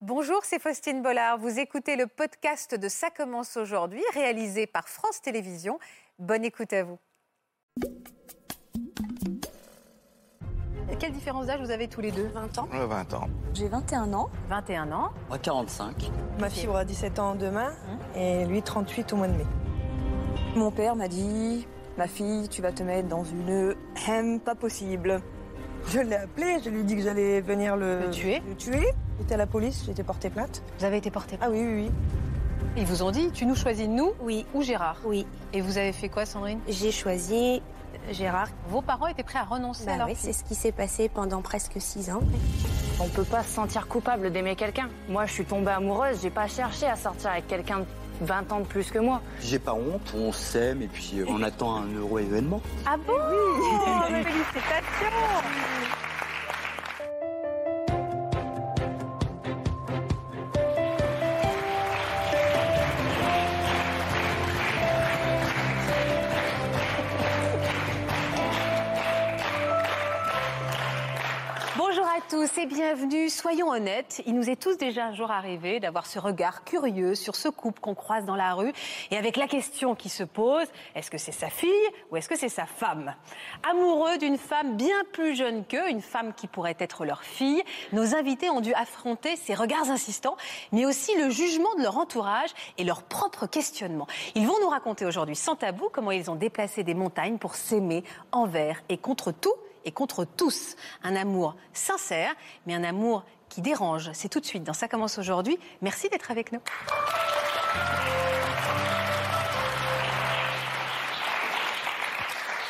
Bonjour, c'est Faustine Bollard. Vous écoutez le podcast de Ça commence aujourd'hui, réalisé par France Télévisions. Bonne écoute à vous. Quelle différence d'âge vous avez tous les deux 20 ans. Euh, 20 ans. J'ai 21 ans. 21 ans. Moi, 45. Ma fille aura 17 ans demain et lui 38 au mois de mai. Mon père m'a dit Ma fille, tu vas te mettre dans une. Hem, pas possible. Je l'ai appelé, je lui ai dit que j'allais venir le, Le tuer. Le tuer. J'étais à la police, j'étais porté plainte. Vous avez été porté. Ah oui, oui, oui. Ils vous ont dit, tu nous choisis nous Oui, ou Gérard. oui, Et vous avez fait quoi, Sandrine j'ai choisi Gérard. Vos parents étaient prêts à renoncer à Bah leur oui, fille. c'est ce qui s'est passé pendant presque six ans. On peut pas se sentir coupable d'aimer quelqu'un. Moi, je suis tombée amoureuse, j'ai pas cherché à sortir avec quelqu'un de 20 ans de plus que moi. J'ai pas honte. On s'aime et puis euh, on attend un heureux événement. Ah bon Bonjour à tous et bienvenue. Soyons honnêtes, il nous est tous déjà un jour arrivé d'avoir ce regard curieux sur ce couple qu'on croise dans la rue et avec la question qui se pose, est-ce que c'est sa fille ou est-ce que c'est sa femme Amoureux d'une femme bien plus jeune qu'eux, une femme qui pourrait être leur fille, nos invités ont dû affronter ces regards insistants, mais aussi le jugement de leur entourage et leur propre questionnement. Ils vont nous raconter aujourd'hui sans tabou comment ils ont déplacé des montagnes pour s'aimer envers et contre tout et contre tous. Un amour sincère, mais un amour qui dérange. C'est tout de suite dans Ça commence aujourd'hui. Merci d'être avec nous.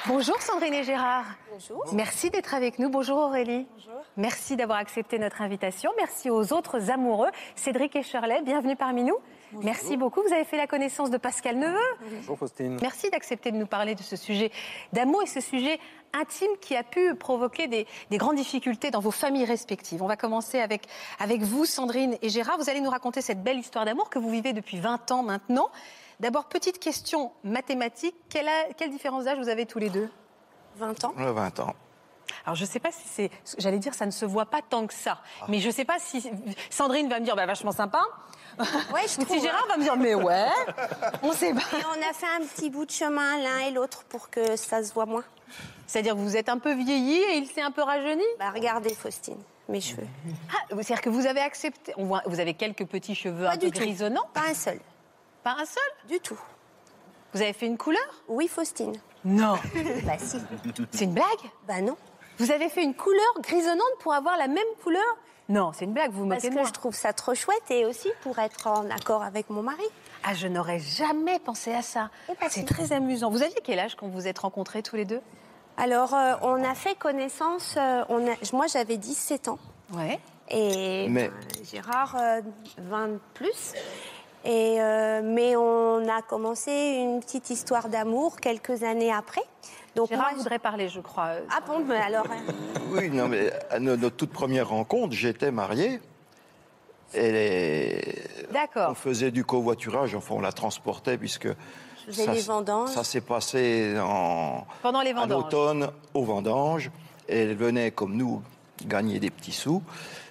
Bonjour Sandrine et Gérard. Bonjour. Merci d'être avec nous. Bonjour Aurélie. Bonjour. Merci d'avoir accepté notre invitation. Merci aux autres amoureux. Cédric et Shirley, bienvenue parmi nous. Merci beaucoup. Vous avez fait la connaissance de Pascal Neveu. Bonjour Faustine. Merci d'accepter de nous parler de ce sujet d'amour et ce sujet intime qui a pu provoquer des, des grandes difficultés dans vos familles respectives. On va commencer avec, avec vous, Sandrine et Gérard. Vous allez nous raconter cette belle histoire d'amour que vous vivez depuis 20 ans maintenant. D'abord, petite question mathématique. Quelle, a- quelle différence d'âge vous avez tous les deux 20 ans. Euh, 20 ans. Alors, je ne sais pas si c'est... J'allais dire, ça ne se voit pas tant que ça. Mais je ne sais pas si Sandrine va me dire, bah, vachement sympa. Ouais, je Ou trouve, si Gérard va me dire, mais ouais, on sait pas. hein. Et on a fait un petit bout de chemin l'un et l'autre pour que ça se voit moins. C'est-à-dire, vous êtes un peu vieilli et il s'est un peu rajeuni Bah regardez Faustine, mes cheveux. Ah, C'est-à-dire que vous avez accepté. On voit, vous avez quelques petits cheveux un Pas peu du tout. grisonnants, Pas un seul, pas un seul. du tout. Vous avez fait une couleur Oui Faustine. Non. Bah si. C'est une blague Bah non. Vous avez fait une couleur grisonnante pour avoir la même couleur Non, c'est une blague, vous vous Parce moquez de que moi. je trouve ça trop chouette et aussi pour être en accord avec mon mari. Ah, je n'aurais jamais pensé à ça. Eh ben, C'est si. très amusant. Vous aviez quel âge quand vous vous êtes rencontrés tous les deux Alors euh, on a fait connaissance, euh, on a- moi j'avais 17 ans. Ouais. Et Mais- ben, Gérard, euh, 20 de plus. Et, euh, mais on a commencé une petite histoire d'amour quelques années après. Donc Gérard moi, voudrait parler, je crois. euh, je- Ah bon, mais alors. euh, Oui, non, mais à no- notre toute première rencontre, j'étais marié. Et les- on D'accord. faisait du covoiturage, enfin, on la transportait puisque. faisais les s- vendanges. Ça s'est passé en, Pendant les en vendanges. automne, aux vendanges. Et elle venait, comme nous, gagner des petits sous.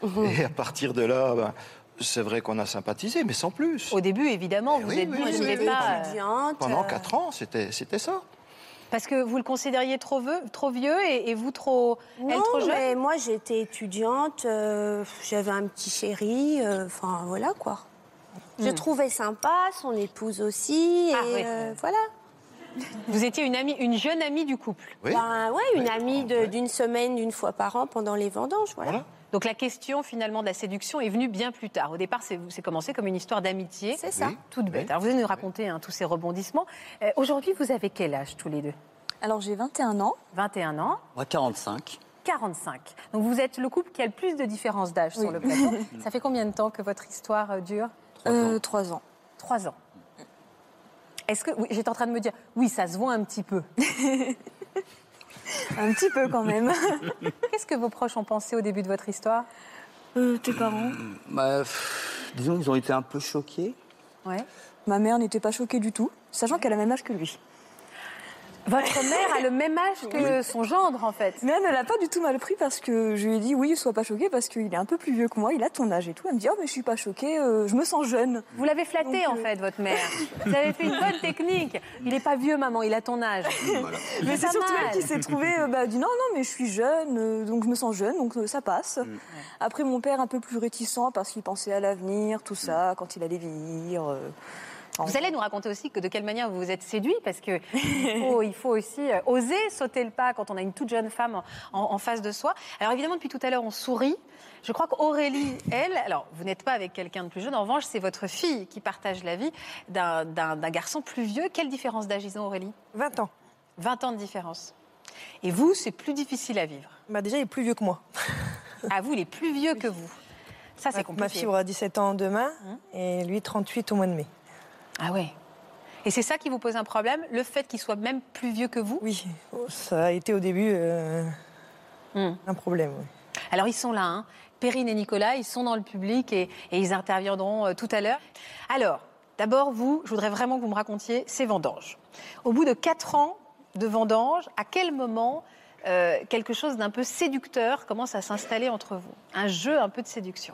Mhm. Et à partir de là, ben, c'est vrai qu'on a sympathisé, mais sans plus. Au début, évidemment, Eh vous oui, êtes oui, dit, oui, je ne oui, vais oui, pas. euh, étudiante, Pendant euh, quatre ans, c'était c'était ça. Parce que vous le considériez trop, veu- trop vieux et, et vous trop. elle non, trop jeune mais moi j'étais étudiante, euh, j'avais un petit chéri, euh, enfin voilà quoi. Je trouvais sympa, son épouse aussi, et Hmm. Ah, oui. euh, voilà. Vous étiez une, amie, une jeune amie du couple. Oui. Ben, ouais, une Oui. amie de- d'une semaine, d'une fois par an pendant les vendanges, voilà. Voilà. Donc la question finalement de la séduction est venue bien plus tard. Au départ, c'est c'est commencé comme une histoire d'amitié. C'est ça. Oui. Toute bête. Oui. Alors vous allez nous raconter hein, tous ces rebondissements. Euh, Aujourd'hui, vous avez quel âge tous les deux Alors j'ai 21 ans. 21 ans, Moi, 45. 45. Donc vous êtes le couple qui a le plus de différence d'âge sur Oui. le plateau. ça fait combien de temps que votre histoire euh, dure Trois Euh, ans. trois ans. Trois ans. Est-ce que oui, j'étais en train de me dire oui, ça se voit un petit peu. Un petit peu quand même. Qu'est-ce que vos proches ont pensé au début de votre histoire Euh, tes parents Bah, pff, disons, ils ont été un peu choqués. Ouais. Ma mère n'était pas choquée du tout, sachant qu'elle a le même âge que lui. Votre mère a le même âge que son gendre, en fait. Mais elle, elle a pas du tout mal pris parce que je lui ai dit oui, sois pas choquée parce qu'il est un peu plus vieux que moi, il a ton âge et tout. Elle me dit oh mais je suis pas choquée, euh, je me sens jeune. Vous l'avez flatté, Donc, en euh, fait, votre mère. Vous avez fait une bonne technique. Il n'est pas vieux, maman, il a ton âge. Voilà. Mais c'est pas surtout mal. elle qui s'est trouvée, euh, bah, elle dit non, non, mais je suis jeune, euh, donc je me sens jeune, donc euh, ça passe. Mm. Après, mon père, un peu plus réticent parce qu'il pensait à l'avenir, tout ça, quand il allait vieillir. euh, en- Vous allez nous raconter aussi que de quelle manière vous vous êtes séduit, parce que il faut, il faut aussi euh, oser sauter le pas quand on a une toute jeune femme en, en face de soi. Alors évidemment, depuis tout à l'heure, on sourit. Je crois qu'Aurélie, elle, alors vous n'êtes pas avec quelqu'un de plus jeune, en revanche, c'est votre fille qui partage la vie d'un- d'un d'un garçon plus vieux. Quelle différence d'âge ils ont, Aurélie 20 ans. 20 ans de différence. Et vous, c'est plus difficile à vivre. Bah, déjà, il est plus vieux que moi. À vous, il est plus vieux que vous. Ça, c'est Ma compliqué. fille aura 17 ans demain et lui 38 au mois de mai. Hein Ah ouais. Et c'est ça qui vous pose un problème, le fait qu'il soit même plus vieux que vous. Oui, Oh, ça a été au début euh, Hmm. un problème. oui. Alors ils sont là, hein. Perrine et Nicolas, ils sont dans le public et, et ils interviendront euh, tout à l'heure. Alors, d'abord, vous, je voudrais vraiment que vous me racontiez ces vendanges. Au bout de quatre ans de vendanges, à quel moment euh, quelque chose d'un peu séducteur commence à s'installer entre vous Un jeu un peu de séduction.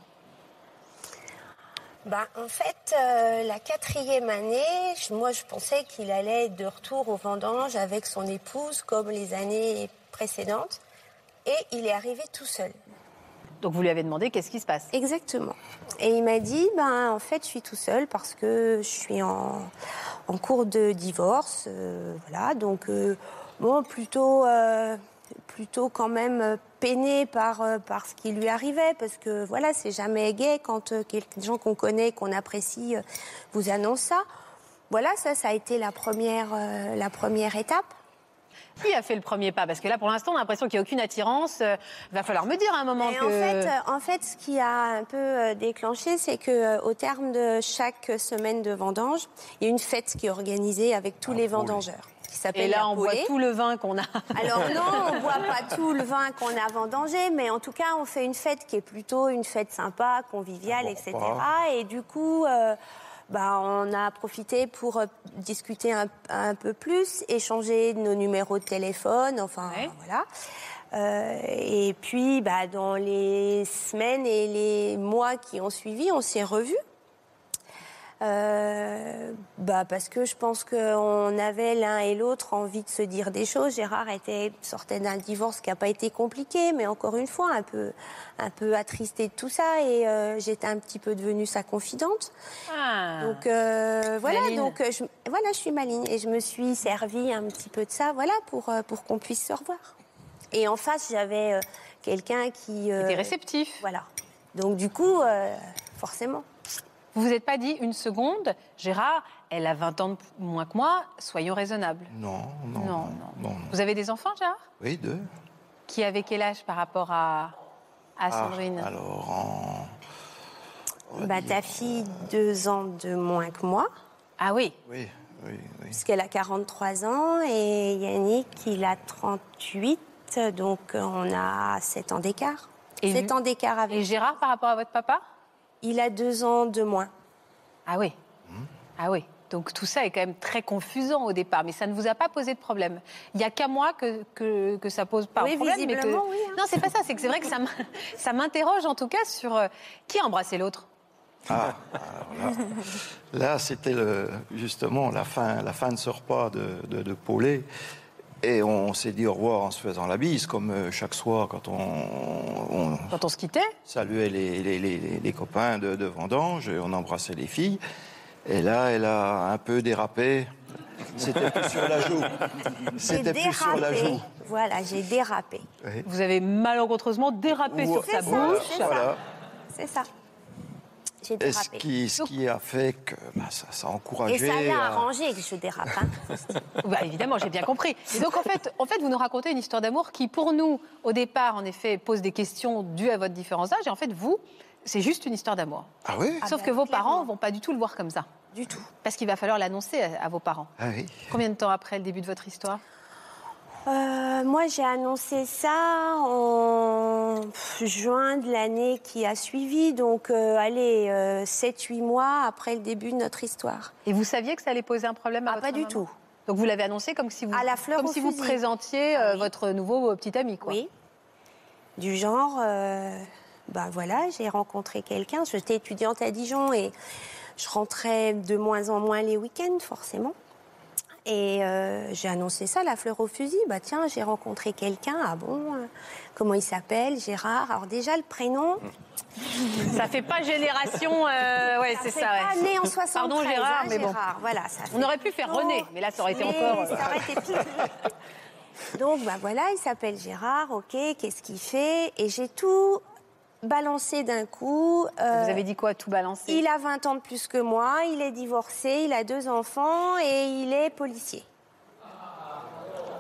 Bah, en fait, euh, la quatrième année, je- moi je pensais qu'il allait de retour au vendanges avec son épouse comme les années précédentes. Et il est arrivé tout seul. Donc vous lui avez demandé qu'est-ce qui se passe. Exactement. Et il m'a dit, ben en fait, je suis tout seul parce que je suis en, en cours de divorce, euh, voilà. Donc euh, bon, plutôt, euh, plutôt quand même euh, peiné par euh, par ce qui lui arrivait, parce que voilà, c'est jamais gai quand euh, quel- des gens qu'on connaît, qu'on apprécie, euh, vous annoncent ça. Voilà, ça, ça a été la première, euh, la première étape. Qui a fait le premier pas Parce que là, pour l'instant, on a l'impression qu'il n'y a aucune attirance. Euh, va falloir me dire à un moment Mais que... en fait, euh, en fait, ce qui a un peu euh, déclenché, c'est que euh, au terme de chaque semaine de vendange, il y a une fête qui est organisée avec tous les vendangeurs. Qui Et s'appelle là, la on voit Paulée. tout le vin qu'on a. Alors non, on boit pas tout le vin qu'on a vendangé, mais en tout cas, on fait une fête qui est plutôt une fête sympa, conviviale, etc. Et du coup, euh, bah, on a profité pour euh, discuter un, un peu plus, échanger nos numéros de téléphone, enfin Ouais. voilà. Euh, et puis, bah, dans les semaines et les mois qui ont suivi, on s'est revus. Euh, bah parce que je pense qu'on avait l'un et l'autre envie de se dire des choses. Gérard était, sortait d'un divorce qui n'a pas été compliqué, mais encore une fois, un peu, un peu attristé de tout ça. Et euh, j'étais un petit peu devenue sa confidente. Ah. Donc euh, voilà, Maligne. donc, euh, je, voilà, je suis maligne. Et je me suis servi un petit peu de ça voilà, pour, euh, pour qu'on puisse se revoir. Et en face, j'avais euh, quelqu'un qui... euh, T'es réceptif. Voilà. Donc du coup, euh, forcément. Vous vous êtes pas dit une seconde, Gérard, elle a 20 ans de moins que moi, soyons raisonnables. Non, non, Non, non, non. non, non. Vous avez des enfants, Gérard Oui, deux. Qui avait quel âge par rapport à, à Sandrine Ah, alors, en... on va Bah, dire- ta fille, deux ans de moins que moi, Ah oui, Oui, oui, oui. puisqu'elle a 43 ans, et Yannick, il a 38, donc euh, on a 7 ans d'écart. Et 7 lui ans d'écart avec. et Gérard par rapport à votre papa Il a deux ans de moins. Ah oui. Ah oui. Donc tout ça est quand même très confusant au départ, mais ça ne vous a pas posé de problème. Il n'y a qu'à moi que, que, que ça pose pas Oui, un problème. mais que- visiblement, oui, hein. Non, c'est pas ça, c'est que c'est vrai que ça m'in- ça m'interroge en tout cas sur euh, qui a embrassé l'autre. Ah, alors là, là, c'était le- justement la fin, la fin de ce repas de, de, de Paulet. Et on, s'est dit au revoir en se faisant la bise, comme euh, chaque soir quand on, on Quand on se quittait saluait les, les- les- les- les copains de, de Vendange et on embrassait les filles. Et là, elle a un peu dérapé. C'était plus sur la joue. J'ai C'était plus sur la dérapé. joue. Voilà, j'ai dérapé. Oui. Vous avez malencontreusement dérapé sur Voilà, sa bouche. c'est ça. voilà. C'est ça. J'ai Et ce dérapé. qui, ce qui a fait que bah, ça, ça a encouragé. Et ça à- l'a arrangé que je dérape. hein. Bah, évidemment, j'ai bien compris. Et donc en fait, en fait, vous nous racontez une histoire d'amour qui, pour nous, au départ, en effet, pose des questions dues à votre différence d'âge. Et en fait, vous, c'est juste une histoire d'amour. Ah oui Sauf bah, que clairement. vos parents vont pas du tout le voir comme ça. du tout. Parce qu'il va falloir l'annoncer à, à vos parents. Ah oui. Combien de temps après le début de votre histoire Euh, moi, j'ai annoncé ça en pff, juin de l'année qui a suivi, donc euh, allez, 7-8 mois après le début de notre histoire. Et vous saviez que ça allait poser un problème à Ah, votre pas du maman tout. Donc vous l'avez annoncé comme si vous, À la fleur comme au si vous fusil. présentiez euh, Ah oui. votre nouveau euh, petit ami. Quoi. Oui. Du genre, euh, ben voilà, j'ai rencontré quelqu'un. J'étais étudiante à Dijon et je rentrais de moins en moins les week-ends, forcément. Et euh, j'ai annoncé ça, la fleur au fusil. Bah tiens, j'ai rencontré quelqu'un. Ah bon euh, Comment il s'appelle Gérard. Alors déjà le prénom. Ça fait pas génération. euh, ouais, c'est fait ça. Pas ouais. né en 73. Pardon Gérard, hein, mais bon. Gérard, Voilà, ça On fait- aurait pu faire Non, René, mais là ça aurait été mais encore. euh, ça aurait été pire. Donc bah voilà, il s'appelle Gérard, ok, qu'est-ce qu'il fait Et j'ai tout balancé d'un coup. euh, Vous avez dit quoi Tout balancer il a 20 ans de plus que moi, il est divorcé, il a deux enfants et il est policier.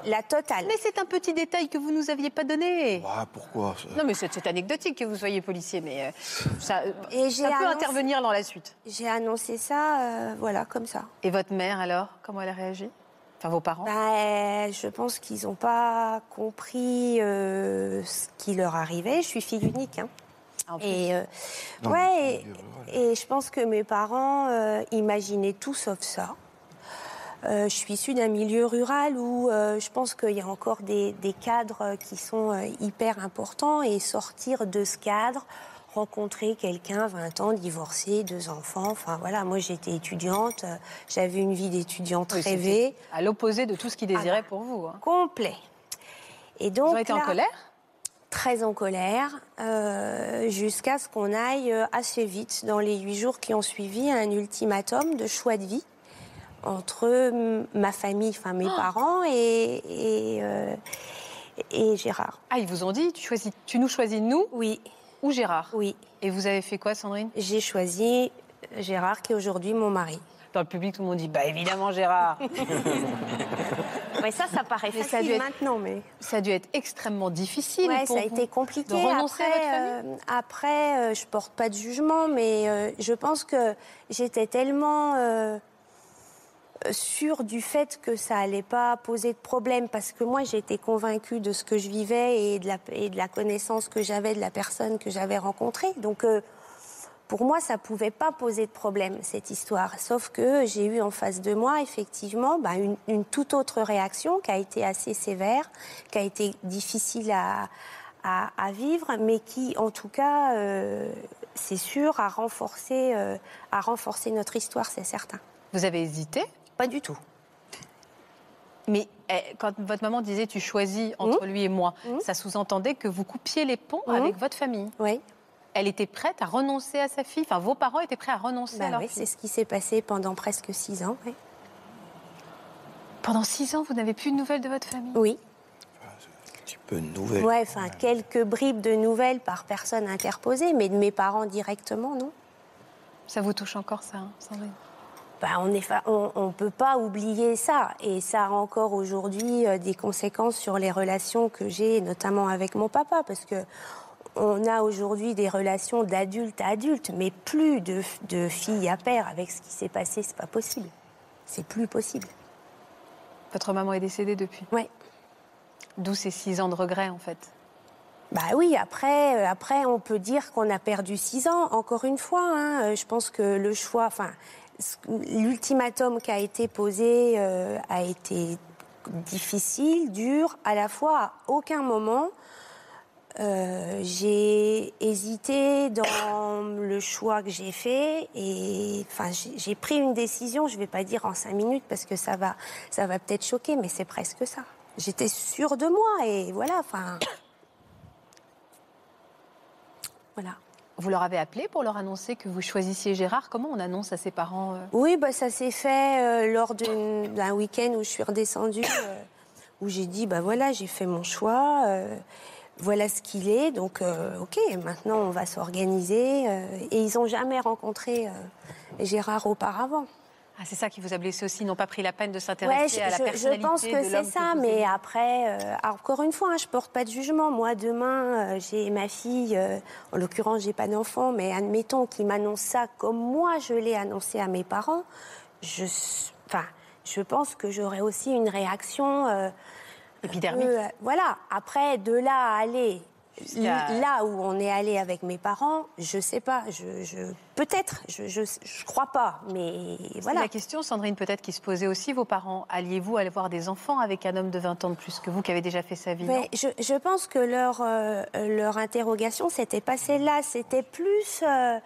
La totale. Mais c'est un petit détail que vous nous aviez pas donné. Ah, pourquoi ça Non, mais c'est c'est anecdotique que vous soyez policier, mais euh, ça, Et j'ai ça peut annoncé- intervenir dans la suite. J'ai annoncé ça, euh, voilà, comme ça. Et votre mère alors Comment elle a réagi Enfin, vos parents Ben, je pense qu'ils n'ont pas compris euh, ce qui leur arrivait. Je suis fille unique. hein. Ah, en plus. Et euh, Non, ouais, mais, euh, et, et je pense que mes parents euh, imaginaient tout sauf ça. Euh, je suis issue d'un milieu rural où euh, je pense qu'il y a encore des, des cadres euh, qui sont euh, hyper importants et sortir de ce cadre, rencontrer quelqu'un, 20 ans, divorcé, deux enfants, enfin voilà, moi j'étais étudiante, euh, j'avais une vie d'étudiante Oui, c'était rêvée, Ah bah, À l'opposé de tout ce qu'ils désiraient pour vous. hein. complet. Et Ils donc ont été en là- colère très en colère euh, jusqu'à ce qu'on aille euh, assez vite dans les huit jours qui ont suivi à un ultimatum de choix de vie entre euh, ma famille, enfin Ah. mes parents et, et, euh, et Gérard. Ah, ils vous ont dit tu, choisis, tu nous choisis nous Oui, ou Gérard oui, Et vous avez fait quoi, Sandrine j'ai choisi Gérard qui est aujourd'hui mon mari. Dans le public, tout le monde dit bah évidemment Gérard. Mais ça, ça paraît Mais facile. ça a dû être- maintenant, mais ça a dû être extrêmement difficile. ouais, pour ça a vous. été compliqué. de renoncer après, à votre euh, famille après, euh, je porte pas de jugement, mais euh, je pense que j'étais tellement euh, sûre du fait que ça allait pas poser de problème, parce que moi, j'étais convaincue de ce que je vivais et de la, et de la connaissance que j'avais de la personne que j'avais rencontrée. Donc euh, pour moi, ça pouvait pas poser de problème, cette histoire. Sauf que j'ai eu en face de moi, effectivement, bah, une, une toute autre réaction qui a été assez sévère, qui a été difficile à, à- à vivre, mais qui, en tout cas, euh, c'est sûr, a renforcé, euh, a renforcé notre histoire, c'est certain. Vous avez hésité Pas du tout. Mais eh, quand votre maman disait tu Mmh. choisis entre lui et moi, ça sous-entendait que vous coupiez les ponts avec votre famille. Oui, Elle était prête à renoncer à sa fille. Enfin, vos parents étaient prêts à renoncer Bah à leur oui, fille. c'est ce qui s'est passé pendant presque six ans. Oui. Pendant six ans, vous n'avez plus de nouvelles de votre famille. oui. Un petit peu une nouvelle. Ouais, enfin, quelques bribes de nouvelles par personne interposée, mais de mes parents directement, non. Ça vous touche encore, ça, hein, Sandrine Ben, on est fa- on, on peut pas oublier ça. Et ça a encore aujourd'hui euh, des conséquences sur les relations que j'ai, notamment avec mon papa, parce que on a aujourd'hui des relations d'adulte à adulte, mais plus de, de fille à père. Avec ce qui s'est passé, c'est pas possible. C'est plus possible. Votre maman est décédée depuis. Ouais. D'où ces six ans de regrets, en fait. Bah oui, après, euh, après, on peut dire qu'on a perdu six ans. Encore une fois, hein, euh, je pense que le choix, enfin, ce- l'ultimatum qui a été posé euh, a été difficile, dur, à la fois. À aucun moment, euh, j'ai hésité dans le choix que j'ai fait et enfin j'ai- j'ai pris une décision. Je vais pas dire en cinq minutes parce que ça va, ça va peut-être choquer, mais c'est presque ça. J'étais sûre de moi et voilà, enfin. Voilà. Vous leur avez appelé pour leur annoncer que vous choisissiez Gérard. Comment on annonce à ses parents euh, Oui, bah, ça s'est fait euh, lors d'une- d'un week-end où je suis redescendue, euh, où j'ai dit, bah voilà, j'ai fait mon choix, euh, voilà ce qu'il est, donc euh, ok, maintenant on va s'organiser. euh, et ils n'ont jamais rencontré euh, Gérard auparavant. Ah, c'est ça qui vous a blessé aussi, ils n'ont pas pris la peine de Ouais, s'intéresser je, à la je- je personnalité pense que de c'est l'homme ça, vous mais aimez. après, euh, alors, encore une fois, hein, je porte pas de jugement. Moi, demain, euh, j'ai ma fille, euh, en l'occurrence, j'ai pas d'enfant, mais admettons qu'il m'annonce ça comme moi je l'ai annoncé à mes parents, je, s- enfin, je pense que j'aurais aussi une réaction. euh, Épidermique. euh, voilà. Après, de là à aller Jusqu'à- là où on est allé avec mes parents, je sais pas, je, je- peut-être, je, je, je crois pas, mais Voilà. voilà. La question, Sandrine, peut-être qui se posait aussi, vos parents, alliez-vous aller voir des enfants avec un homme de 20 ans de plus que vous qui avez déjà fait sa vie non Mais je, je pense que leur, euh, leur interrogation, c'était pas celle-là, c'était plus euh,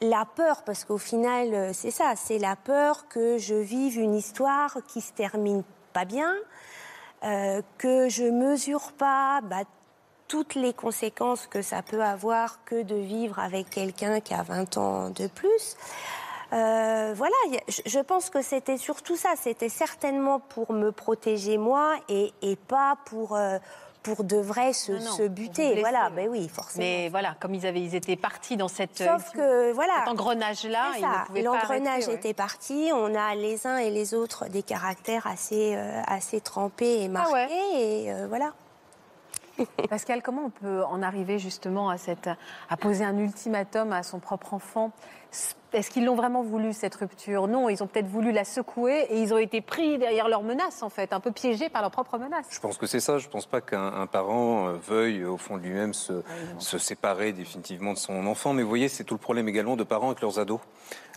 la peur, parce qu'au final, euh, c'est ça, c'est la peur que je vive une histoire qui se termine pas bien, euh, que je mesure pas bah, toutes les conséquences que ça peut avoir que de vivre avec quelqu'un qui a 20 ans de plus. Euh, voilà, y a- je- je pense que c'était surtout ça. C'était certainement pour me protéger moi et, et pas pour, euh, pour de vrai se, Non, non, se pour vous buter. blesser, voilà, oui. ben oui, forcément. Mais voilà, comme ils, avaient, ils étaient partis dans cette, euh, Sauf que, voilà. cet engrenage-là, C'est ils ne ça, pouvaient pas L'engrenage arrêter, ouais. était parti. On a les uns et les autres des caractères assez, euh, assez trempés et marqués. Ah ouais. Et euh, voilà. Pascal, comment on peut en arriver justement à, cette, à poser un ultimatum à son propre enfant Est-ce qu'ils l'ont vraiment voulu, cette rupture Non, ils ont peut-être voulu la secouer et ils ont été pris derrière leur menace, en fait, un peu piégés par leur propre menace. Je pense que c'est ça. Je pense pas qu'un un parent euh, veuille, euh, au fond de lui-même, se, se séparer définitivement de son enfant. Mais vous voyez, c'est tout le problème également de parents avec leurs ados.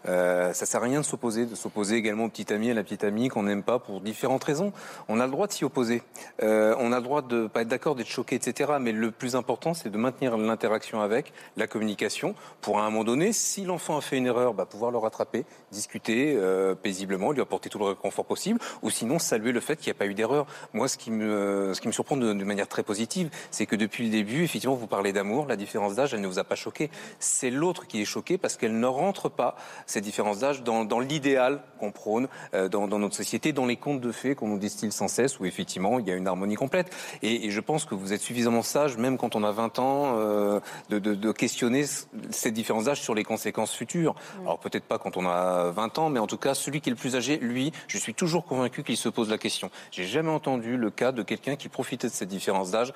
Euh, ça sert à rien de s'opposer, de s'opposer également au petit ami et à la petite amie qu'on n'aime pas pour différentes raisons. On a le droit de s'y opposer. Euh, on a le droit de pas être d'accord, d'être choqué, etc. Mais le plus important, c'est de maintenir l'interaction avec, la communication, pour à un moment donné, si l'enfant a fait une erreur, bah, pouvoir le rattraper, discuter euh, paisiblement, lui apporter tout le réconfort possible, ou sinon saluer le fait qu'il n'y a pas eu d'erreur. Moi, ce qui me, ce qui me surprend de, de manière très positive, c'est que depuis le début, effectivement, vous parlez d'amour, la différence d'âge, elle ne vous a pas choqué. C'est l'autre qui est choqué parce qu'elle ne rentre pas, cette différence d'âge, dans, dans l'idéal qu'on prône euh, dans, dans notre société, dans les contes de fées qu'on nous distille sans cesse, où effectivement, il y a une harmonie complète. Et, et je pense que vous êtes suffisamment sage, même quand on a 20 ans, euh, de, de- de questionner c- cette différence d'âge sur les conséquences futures. Alors peut-être pas quand on a 20 ans, mais en tout cas, celui qui est le plus âgé, lui, je suis toujours convaincu qu'il se pose la question. J'ai jamais entendu le cas de quelqu'un qui profitait de cette différence d'âge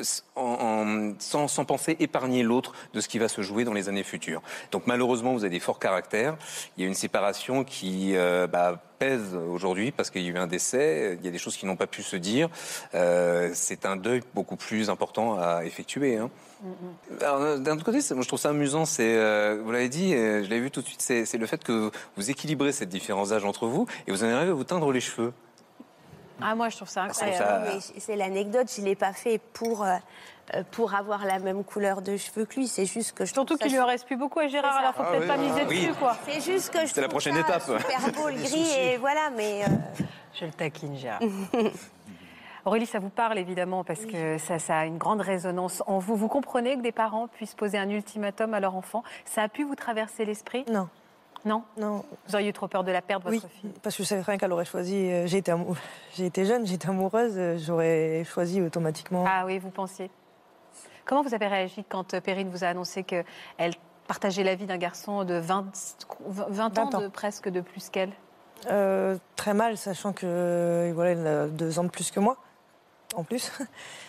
s- en- en- sans, sans penser épargner l'autre de ce qui va se jouer dans les années futures. Donc malheureusement, vous avez des forts caractères. Il y a une séparation qui euh, bah, pèse aujourd'hui parce qu'il y a eu un décès. Il y a des choses qui n'ont pas pu se dire. Euh, c'est un deuil beaucoup plus important à effectuer. hein. Hmm, Alors, euh, D'un autre côté, c'est- moi, je trouve ça amusant. C'est, euh, vous l'avez dit, euh, je l'ai vu tout de suite. C'est c'est le fait que vous équilibrez cette différence d'âge entre vous et vous en arrivez à vous teindre les cheveux. Ah, moi, je trouve ça Comme Ouais, incroyable. ça- ouais, mais c- Ah c'est l'anecdote, je ne l'ai pas fait pour, euh, euh, pour avoir la même couleur de cheveux que lui, c'est juste que je Surtout trouve ça qu'il lui en reste plus beaucoup à Gérard, alors faut Ah peut-être oui, pas ah miser oui. dessus, quoi. C'est juste que je C'est la trouve prochaine ça étape. Super beau le Des gris soucis. et voilà, mais euh, Je le taquine, Gérard. Aurélie, ça vous parle évidemment parce que ça, ça a une grande résonance en vous. Vous comprenez que des parents puissent poser un ultimatum à leur enfant Ça a pu vous traverser l'esprit Non, Non non, Vous auriez eu trop peur de la perdre, votre oui, fille parce que je savais rien qu'elle aurait choisi. euh, J'ai été, amou- j'ai été jeune, j'étais amoureuse, euh, j'aurais choisi automatiquement. Ah oui, vous pensiez. Comment vous avez réagi quand euh, Perrine vous a annoncé qu'elle partageait la vie d'un garçon de 20, 20 ans, 20 ans. de- presque de plus qu'elle Euh, très mal, sachant que euh, voilà, elle a deux ans de plus que moi, en plus.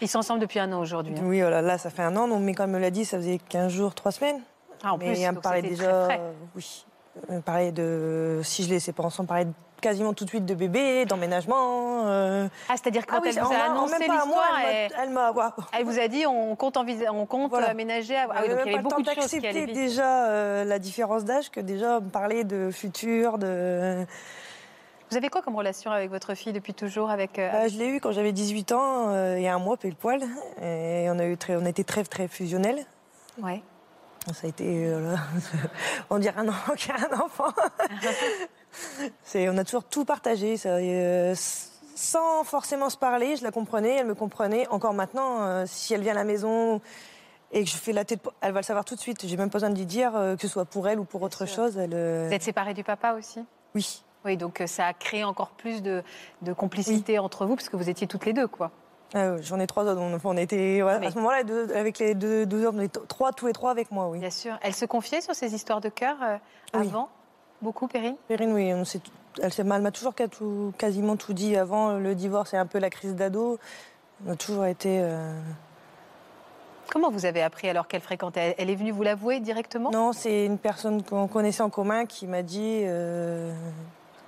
Ils sont ensemble depuis un an aujourd'hui. hein. Oui, voilà, là, ça fait un an, donc, mais comme elle me l'a dit, ça faisait 15 jours, 3 semaines. Ah, en mais plus, elle me donc parlait c'était déjà. très frais. euh, oui. Elle me parlait de. Si je laissais pas ensemble, elle me parlait quasiment tout de suite de bébé, d'emménagement. euh. Ah, c'est-à-dire que quand elle en- vous a en annoncé même pas un l'histoire, mois, elle- elle m'a- elle m'a. waouh. Elle vous a dit on compte, envisa- on compte Voilà. aménager. à- Ah oui, J'avais donc il y même avait pas beaucoup le de temps choses qui allaient d'accepter vite. déjà euh, la différence d'âge que déjà me parler de futur, de. Vous avez quoi comme relation avec votre fille depuis toujours avec, euh, Bah, je l'ai eu quand j'avais 18 ans, euh, il y a un mois pile poil, et on a eu très, on était très très fusionnels. Ouais. Ça a été, euh, là, on dirait un enfant qui a un enfant. C'est, on a toujours tout partagé, ça, et, euh, s- sans forcément se parler. Je la comprenais, elle me comprenait. Encore maintenant, euh, si elle vient à la maison et que je fais la tête, elle va le savoir tout de suite. J'ai même pas besoin de lui dire euh, que ce soit pour elle ou pour autre chose. Elle, euh, Vous êtes séparés du papa aussi oui. Oui, donc euh, ça a créé encore plus de, de complicité entre vous parce que vous étiez toutes les deux, quoi. Euh, j'en ai trois autres. On, on était voilà, Mais- à ce moment-là deux- avec les deux, deux hommes, on était trois tous les trois avec moi, oui. Bien sûr. Elle se confiait sur ces histoires de cœur euh, Oui. avant beaucoup, Perrine Perrine, oui, on s'est- elle, s'est- elle m'a toujours qu'à tout- quasiment tout dit avant le divorce et un peu la crise d'ado. On a toujours été. euh, Comment vous avez appris alors qu'elle fréquentait Elle est venue vous l'avouer directement Non, c'est une personne qu'on connaissait en commun qui m'a dit euh,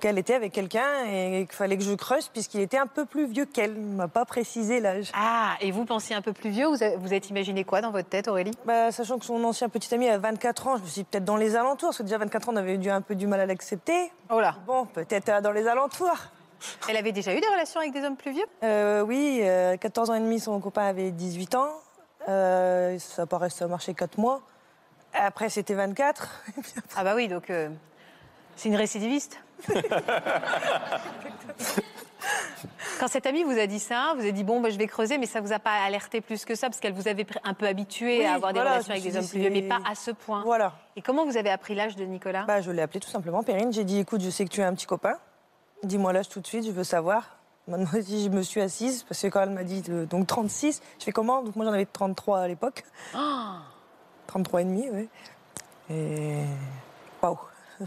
qu'elle- qu'elle était avec quelqu'un et qu'il fallait que je creuse puisqu'il était un peu plus vieux qu'elle. Il m'a pas précisé l'âge. Ah, et vous pensiez un peu plus vieux Vous a- vous êtes imaginé quoi dans votre tête, Aurélie Bah, sachant que son ancien petit ami a 24 ans, je me suis dit peut-être dans les alentours, parce que déjà 24 ans, on avait eu un peu du mal à l'accepter. Oh là Bon, peut-être euh, dans les alentours. Elle avait déjà eu des relations avec des hommes plus vieux Euh, oui, euh, 14 ans et demi, son copain avait 18 ans. Euh, ça paraît, ça a marché 4 mois. Après, c'était 24. Ah bah oui, donc euh, c'est une récidiviste. Quand cette amie vous a dit ça, vous avez dit bon, bah, je vais creuser, mais ça vous a pas alerté plus que ça parce qu'elle vous avait pr- un peu habitué Oui, à avoir voilà, des je me relations avec suis des hommes dit, plus vieux, mais c'est- pas à ce point. Voilà. Et comment vous avez appris l'âge de Nicolas Bah, je l'ai appelé tout simplement, Perrine. J'ai dit, écoute, je sais que tu as un petit copain. Dis-moi l'âge tout de suite, je veux savoir. Maintenant, si je me suis assise, parce que quand elle m'a dit euh, donc 36, je fais comment Donc moi, j'en avais 33 à l'époque. Ah. 33 et demi, oui. Et... Waouh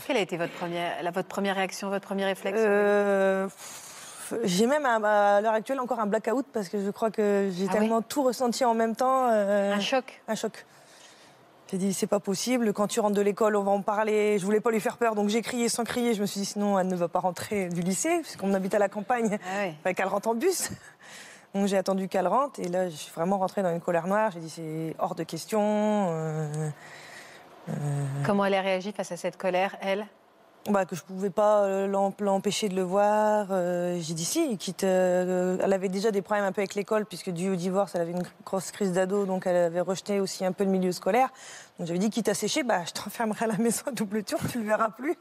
Quelle a été votre première, la- votre première réaction, votre premier réflexe Euh, pff, J'ai même, à, à l'heure actuelle, encore un blackout, parce que je crois que j'ai Ah tellement tout ressenti en même temps. euh, Un choc un choc. J'ai dit, c'est pas possible, quand tu rentres de l'école, on va en parler. Je voulais pas lui faire peur, donc j'ai crié sans crier. Je me suis dit, sinon, elle ne va pas rentrer du lycée, puisqu'on habite à la campagne. Ah ouais. Fallait qu'elle rentre en bus. Donc j'ai attendu qu'elle rentre, et là, je suis vraiment rentrée dans une colère noire. J'ai dit, c'est hors de question. euh, Comment elle a réagi face à cette colère, elle bah, que je pouvais pas euh, l'em- l'empêcher de le voir. Euh, j'ai dit si, quitte. euh, elle avait déjà des problèmes un peu avec l'école, puisque dû au divorce, elle avait une grosse crise d'ado, donc elle avait rejeté aussi un peu le milieu scolaire. Donc j'avais dit, quitte à sécher, bah, je t'enfermerai à la maison à double tour, tu le verras plus.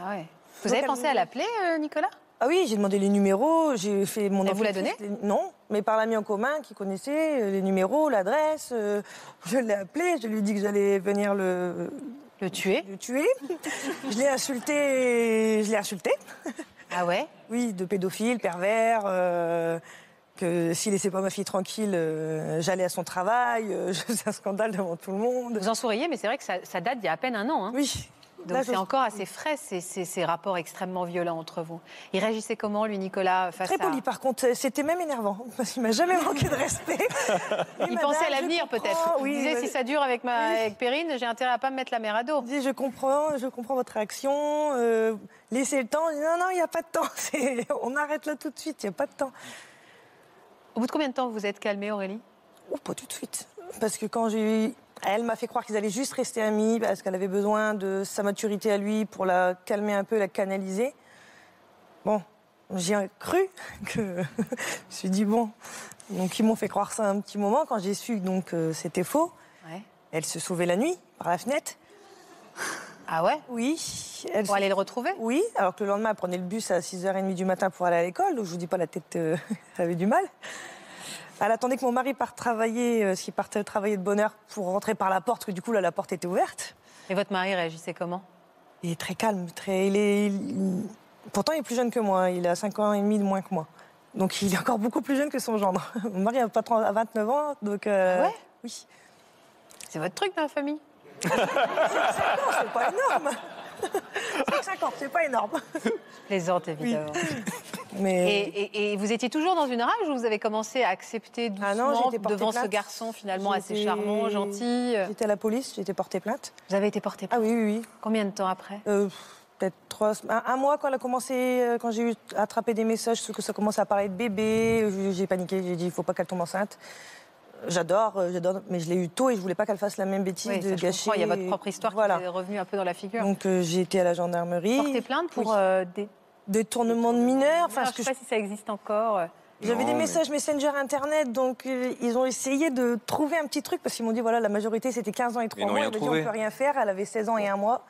Ah ouais. Vous Donc avez elle pensé vous- à l'appeler, euh, Nicolas Ah oui, j'ai demandé les numéros, j'ai fait mon Elle vous l'a donnée Non, mais par l'ami en commun qui connaissait euh, les numéros, l'adresse. euh, je l'ai appelé, je lui ai dit que j'allais venir le, Le tuer le tuer. je l'ai insulté, je l'ai insulté. Ah ouais Oui, de pédophile, pervers, euh, que s'il laissait pas ma fille tranquille, euh, j'allais à son travail, euh, je faisais un scandale devant tout le monde. Vous en souriez, mais c'est vrai que ça, ça date d'il y a à peine un an. hein. Oui. Là, Donc je- c'est encore assez frais ces, ces- ces rapports extrêmement violents entre vous. Il réagissait comment lui Nicolas face Très à poli, par contre, euh, c'était même énervant, parce qu'il m'a jamais manqué de respect. Oui, Il madame, pensait à je l'avenir comprends, peut-être. Oui, il disait euh, si ça dure avec ma avec Perrine, j'ai intérêt à pas me mettre la mer à dos. il disait, je comprends, je comprends votre action, euh, laissez le temps. Il dit, non, non, il n'y a pas de temps, c'est- on arrête là tout de suite, il n'y a pas de temps. Au bout de combien de temps vous êtes calmée Aurélie Oh, pas tout de suite. Parce que quand j'ai eu. Elle m'a fait croire qu'ils allaient juste rester amis parce qu'elle avait besoin de sa maturité à lui pour la calmer un peu, la canaliser. Bon, j'y ai cru que. je me suis dit, bon. Donc, ils m'ont fait croire ça un petit moment. Quand j'ai su donc euh, c'était faux, Ouais. elle se sauvait la nuit par la fenêtre. Ah ouais Oui. Elle Pour se- aller le retrouver Oui, alors que le lendemain, elle prenait le bus à 6h30 du matin pour aller à l'école. Donc, je vous dis pas, la tête, euh, elle avait du mal. Elle attendait que mon mari parte travailler, euh, parce qu'il partait travailler de bonne heure pour rentrer par la porte, parce que du coup, là, la porte était ouverte. Et votre mari réagissait comment Il est très calme, très. Il est... il- Pourtant, il est plus jeune que moi. Il a 5 ans et demi de moins que moi. Donc, il est encore beaucoup plus jeune que son gendre. Mon mari a pas 30 à 29 ans, donc. euh, Ah ouais Oui. C'est votre truc dans la famille Non, c'est pas énorme. 5 ans, c'est pas énorme. Plaisante évidemment. Et, Mais. et- et vous étiez toujours dans une rage ou vous avez commencé à accepter doucement Ah non, j'étais portée devant ce plainte. garçon finalement assez J'étais- charmant, gentil euh, J'étais à la police, j'ai été portée plainte. Vous avez été portée Ah plainte oui, oui, oui. Combien de temps après Euh, pff, Peut-être trois, sem- un, un mois quand elle a commencé, euh, quand j'ai eu attrapé des messages, parce que ça commence à parler de bébé, euh, j'ai paniqué, j'ai dit il faut pas qu'elle tombe enceinte. J'adore, euh, j'adore, mais je l'ai eu tôt et je voulais pas qu'elle fasse la même bêtise Oui, de ça, je gâcher. comprends. Il y a votre propre histoire voilà. qui est revenue un peu dans la figure. Donc euh, j'ai été à la gendarmerie. Porter plainte pour Oui. euh, des. détournement de mineurs. Enfin, ce Alors, je que sais pas si ça existe encore. J'avais Non, des mais- messages Messenger Internet, donc euh, ils ont essayé de trouver un petit truc parce qu'ils m'ont dit voilà, la majorité c'était 15 ans et 3 Ils n'ont mois. rien Elle m'a dit, trouvé. on peut rien faire. Elle avait 16 ans et un mois.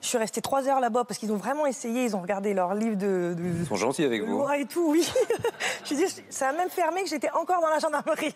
Je suis restée 3 heures là-bas parce qu'ils ont vraiment essayé. Ils ont regardé leur livre de, de- Ils sont gentils avec de vous. loi et tout, oui. je dis, ça a même fermé que j'étais encore dans la gendarmerie.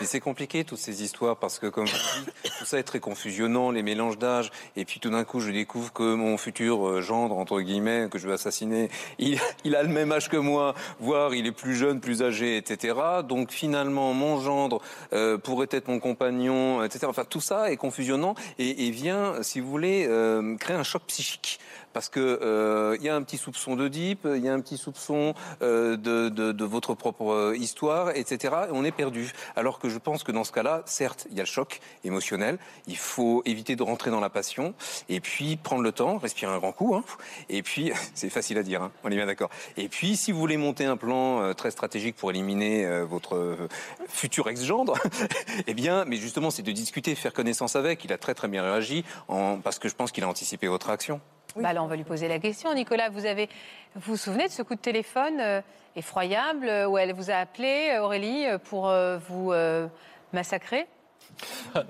Mais c'est compliqué toutes ces histoires parce que comme je vous dis, tout ça est très confusionnant, les mélanges d'âge. Et puis tout d'un coup, je découvre que mon futur euh, gendre entre guillemets que je veux assassiner, il, il a le même âge que moi, voire il est plus jeune, plus âgé, etc. Donc finalement, mon gendre euh, pourrait être mon compagnon, etc. Enfin, tout ça est confusionnant et, et vient, si vous voulez, euh, créer un choc psychique parce que euh, il y a un petit soupçon de deep, il y a un petit soupçon euh, de, de- de votre propre euh, histoire, etc. Et on est perdu. Alors Alors que je pense que dans ce cas-là, certes, il y a le choc émotionnel, il faut éviter de rentrer dans la passion, et puis prendre le temps, respirer un grand coup, hein, et puis, c'est facile à dire, hein, on est bien d'accord. Et puis, si vous voulez monter un plan euh, très stratégique pour éliminer euh, votre euh, futur ex-gendre, eh bien, mais justement, c'est de discuter, faire connaissance avec. Il a très très bien réagi, en- parce que je pense qu'il a anticipé votre action. Bah là, on va lui poser la question. Nicolas, vous avez, vous, vous souvenez de ce coup de téléphone euh, effroyable euh, où elle vous a appelé, euh, Aurélie, euh, pour euh, vous euh, massacrer